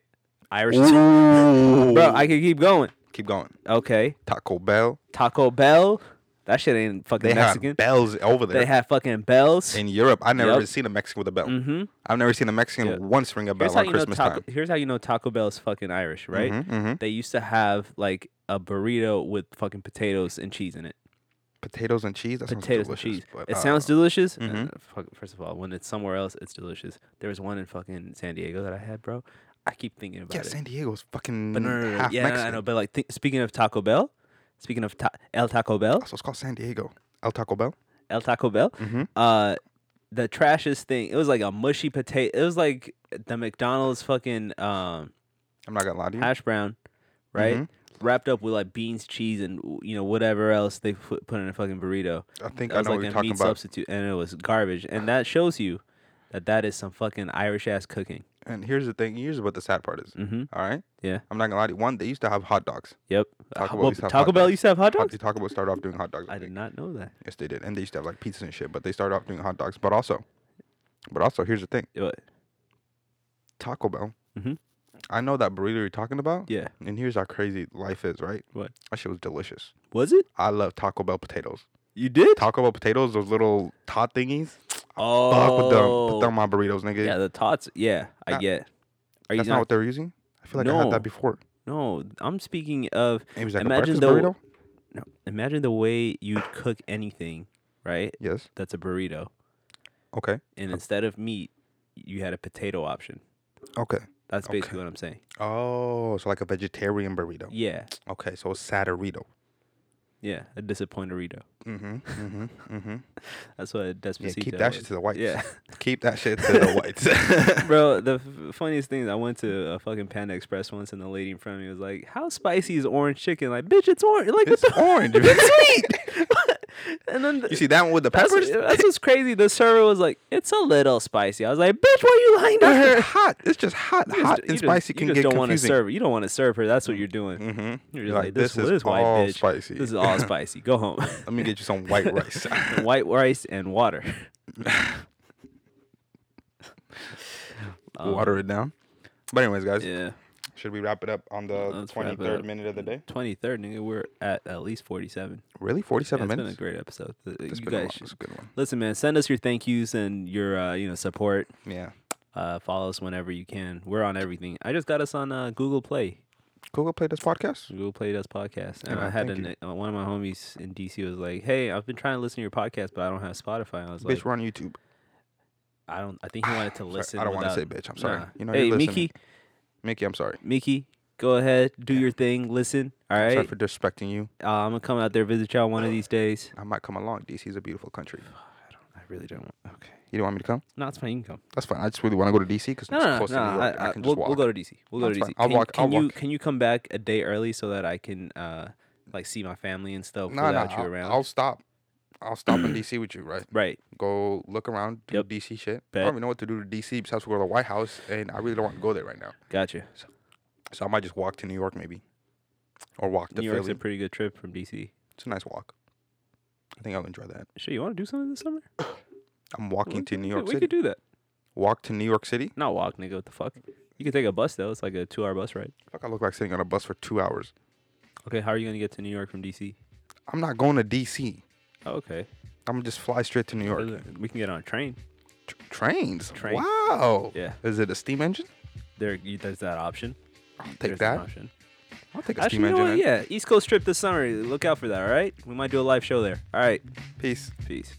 Speaker 2: Irish. as fuck.
Speaker 1: Ooh.
Speaker 2: Bro, I could keep going.
Speaker 1: keep going.
Speaker 2: Okay,
Speaker 1: Taco Bell.
Speaker 2: Taco Bell. That shit ain't fucking
Speaker 1: They
Speaker 2: Mexican.
Speaker 1: have bells over there.
Speaker 2: They have fucking bells.
Speaker 1: in Europe, I've never
Speaker 2: Yup.
Speaker 1: seen a Mexican with a bell.
Speaker 2: Mm-hmm.
Speaker 1: I've never seen a Mexican
Speaker 2: Yeah.
Speaker 1: once ring a
Speaker 2: Here's
Speaker 1: bell
Speaker 2: how
Speaker 1: on
Speaker 2: you know
Speaker 1: Christmas
Speaker 2: Taco.
Speaker 1: time.
Speaker 2: Here's how you know Taco Bell is fucking Irish, right?
Speaker 1: hmm
Speaker 2: They used to have like a burrito with fucking potatoes and cheese in it.
Speaker 1: Potatoes and cheese. That
Speaker 2: potatoes and
Speaker 1: sounds delicious.
Speaker 2: cheese.
Speaker 1: but,
Speaker 2: it
Speaker 1: uh,
Speaker 2: sounds delicious.
Speaker 1: mhm.
Speaker 2: Uh, fuck, first of all, when it's somewhere else, it's delicious. There was one in fucking San Diego that I had, bro. I keep thinking about
Speaker 1: Yeah,
Speaker 2: it.
Speaker 1: San Diego's fucking
Speaker 2: but no, no, no, no.
Speaker 1: half
Speaker 2: yeah, no,
Speaker 1: Mexican.
Speaker 2: I know. But like, thi- speaking of Taco Bell, speaking of ta- El Taco Bell,
Speaker 1: That's what's called San Diego. El Taco Bell.
Speaker 2: El Taco Bell,
Speaker 1: Mm-hmm.
Speaker 2: uh, the trashiest thing. It was like a mushy potato. It was like the McDonald's fucking um
Speaker 1: I'm not gonna lie to you.
Speaker 2: hash brown, right?
Speaker 1: Mhm.
Speaker 2: Wrapped up with like beans, cheese, and w- you know whatever else they put put in a fucking burrito.
Speaker 1: I think
Speaker 2: That
Speaker 1: I
Speaker 2: was
Speaker 1: know what you're
Speaker 2: like a meat
Speaker 1: talking about.
Speaker 2: substitute, and it was garbage. And that shows you that that is some fucking Irish ass cooking.
Speaker 1: And here's the thing. Here's what the sad part is.
Speaker 2: Mm-hmm.
Speaker 1: All right.
Speaker 2: Yeah.
Speaker 1: I'm not gonna lie to you. One, they used to have hot dogs.
Speaker 2: Yep.
Speaker 1: Taco
Speaker 2: Uh,
Speaker 1: Bell
Speaker 2: well,
Speaker 1: used to have
Speaker 2: Taco
Speaker 1: hot
Speaker 2: Bell
Speaker 1: dogs.
Speaker 2: used to have hot
Speaker 1: Hot-
Speaker 2: dogs.
Speaker 1: Taco Bell started off doing hot dogs.
Speaker 2: I did not know that.
Speaker 1: Yes, they did. And they used to have like pizzas and shit. But they started off doing hot dogs. But also, but also, here's the thing.
Speaker 2: But,
Speaker 1: Taco Bell.
Speaker 2: Mhm.
Speaker 1: I know that burrito you're talking about.
Speaker 2: yeah.
Speaker 1: And here's how crazy life is, right?
Speaker 2: What?
Speaker 1: That shit was delicious.
Speaker 2: Was it?
Speaker 1: I love Taco Bell potatoes.
Speaker 2: You did?
Speaker 1: Taco Bell potatoes, those little tot thingies.
Speaker 2: Oh.
Speaker 1: Fuck with them. Put them on burritos, nigga.
Speaker 2: Yeah, the tots. Yeah, I
Speaker 1: Nah,
Speaker 2: get. Are you
Speaker 1: That's
Speaker 2: not?
Speaker 1: not what they're using. I feel like I had
Speaker 2: No.
Speaker 1: that before.
Speaker 2: no, I'm speaking of.
Speaker 1: It was like
Speaker 2: Imagine
Speaker 1: a breakfast
Speaker 2: the-
Speaker 1: burrito.
Speaker 2: No, imagine the way you cook anything, right?
Speaker 1: Yes.
Speaker 2: That's a burrito,
Speaker 1: Okay.
Speaker 2: and instead of meat, you had a potato option.
Speaker 1: Okay.
Speaker 2: That's
Speaker 1: Okay.
Speaker 2: basically what I'm saying.
Speaker 1: Oh, so like a vegetarian burrito.
Speaker 2: Yeah,
Speaker 1: Okay, so a saturito.
Speaker 2: yeah, a disappointerito.
Speaker 1: Mm-hmm. Mm-hmm. Mm-hmm.
Speaker 2: That's what a
Speaker 1: Yeah,
Speaker 2: despacito.
Speaker 1: keep that shit
Speaker 2: was.
Speaker 1: to the whites.
Speaker 2: Yeah,
Speaker 1: Keep that shit to the whites.
Speaker 2: bro. The f- funniest thing is I went to a fucking Panda Express once, and the lady in front of me was like, "How spicy is orange chicken?" Like, bitch, it's orange. Like,
Speaker 1: it's
Speaker 2: what the
Speaker 1: orange.
Speaker 2: sweet. and then the-
Speaker 1: you see that one with the
Speaker 2: that's,
Speaker 1: peppers?
Speaker 2: that's what's crazy. The server was like, "It's a little spicy." I was like, "Bitch, why you lying down
Speaker 1: It's
Speaker 2: here?"
Speaker 1: just hot. It's just hot.
Speaker 2: You just-
Speaker 1: hot
Speaker 2: you
Speaker 1: and
Speaker 2: just-
Speaker 1: spicy
Speaker 2: you
Speaker 1: can
Speaker 2: just
Speaker 1: get
Speaker 2: don't want to
Speaker 1: confusing.
Speaker 2: serve. You don't want to serve her. That's what you're doing.
Speaker 1: Mm-hmm.
Speaker 2: You're just like, this, this, white
Speaker 1: all
Speaker 2: bitch.
Speaker 1: spicy.
Speaker 2: This is all spicy. Go home.
Speaker 1: Let me get you some white rice.
Speaker 2: White rice and water. Um,
Speaker 1: Water it down. But anyways, guys,
Speaker 2: Yeah.
Speaker 1: should we wrap it up on the
Speaker 2: Let's wrap it
Speaker 1: twenty third
Speaker 2: up.
Speaker 1: minute of the day?
Speaker 2: Twenty third, nigga. We're at at least forty seven.
Speaker 1: Really, forty seven
Speaker 2: it's been a
Speaker 1: minutes.
Speaker 2: great episode. Th-
Speaker 1: That's
Speaker 2: you
Speaker 1: been a
Speaker 2: guys
Speaker 1: long-
Speaker 2: should,
Speaker 1: that's a good one.
Speaker 2: listen, man. Send us your thank yous and your uh, you know support.
Speaker 1: Yeah,
Speaker 2: Uh, follow us whenever you can. We're on everything. I just got us on uh, Google Play.
Speaker 1: Google Play this podcast.
Speaker 2: Google Play does podcasts, and
Speaker 1: Yeah,
Speaker 2: I had
Speaker 1: Ah, thank you.
Speaker 2: an, uh, one of my homies in DC was like, "Hey, I've been trying to listen to your podcast, but I don't have Spotify." And I was
Speaker 1: bitch,
Speaker 2: like,
Speaker 1: we're on YouTube.
Speaker 2: "I don't. I think he wanted to
Speaker 1: Sorry,
Speaker 2: listen."
Speaker 1: I don't
Speaker 2: want to
Speaker 1: say bitch. I'm sorry. You know,
Speaker 2: hey,
Speaker 1: you're
Speaker 2: Mickey,
Speaker 1: listening. Mickey, I'm sorry.
Speaker 2: Mickey, go ahead, do your thing. Listen, all
Speaker 1: I'm
Speaker 2: right.
Speaker 1: Sorry for disrespecting you.
Speaker 2: uh, I'm gonna come out there visit y'all one of these days.
Speaker 1: I might come along. DC's a beautiful country.
Speaker 2: I really don't want. Okay,
Speaker 1: You don't want me to come?
Speaker 2: no, it's fine. You can come.
Speaker 1: That's fine. I just really want to go to DC because
Speaker 2: No,
Speaker 1: it's
Speaker 2: no, no.
Speaker 1: close to New
Speaker 2: I,
Speaker 1: York. I,
Speaker 2: I-
Speaker 1: can
Speaker 2: we'll,
Speaker 1: just walk.
Speaker 2: we'll go to DC. We'll go
Speaker 1: That's
Speaker 2: to
Speaker 1: fine.
Speaker 2: DC.
Speaker 1: I'll
Speaker 2: can,
Speaker 1: walk-
Speaker 2: Can
Speaker 1: I'll
Speaker 2: you
Speaker 1: walk.
Speaker 2: can you come back a day early so that I can uh like see my family and stuff
Speaker 1: no, no,
Speaker 2: without
Speaker 1: I'll,
Speaker 2: you around?
Speaker 1: I'll stop. I'll stop in DC with you, right?
Speaker 2: right.
Speaker 1: go look around, do
Speaker 2: Yep.
Speaker 1: DC shit.
Speaker 2: Bet.
Speaker 1: I don't even know what to do to DC besides go to the White House, and I really don't want to go there right now.
Speaker 2: Gotcha.
Speaker 1: So I might just walk to New York maybe, or walk to
Speaker 2: New York's
Speaker 1: Philly.
Speaker 2: a pretty good trip from DC.
Speaker 1: it's a nice walk. I think I'll enjoy that.
Speaker 2: Sure, you want to do something this summer?
Speaker 1: I'm walking to New
Speaker 2: Yeah,
Speaker 1: York
Speaker 2: we
Speaker 1: City.
Speaker 2: could do that.
Speaker 1: Walk to New York City.
Speaker 2: Not walk, nigga. What the fuck? You can take a bus though. It's like a two-hour bus ride.
Speaker 1: Fuck, I look like sitting on a bus for two hours.
Speaker 2: Okay, how are you gonna get to New York from DC?
Speaker 1: I'm not going to DC.
Speaker 2: Oh, okay,
Speaker 1: I'm gonna just fly straight to New York.
Speaker 2: we can get on a train.
Speaker 1: Tr- trains.
Speaker 2: Train.
Speaker 1: Wow.
Speaker 2: Yeah,
Speaker 1: Is it a steam engine?
Speaker 2: there. You, there's that option.
Speaker 1: I'll take
Speaker 2: There's an
Speaker 1: that.
Speaker 2: option.
Speaker 1: I'll take a
Speaker 2: Actually,
Speaker 1: steam
Speaker 2: you know
Speaker 1: engine.
Speaker 2: what?
Speaker 1: in.
Speaker 2: Yeah, East Coast trip this summer. Look out for that. All right, we might do a live show there. All right,
Speaker 1: Peace.
Speaker 2: peace.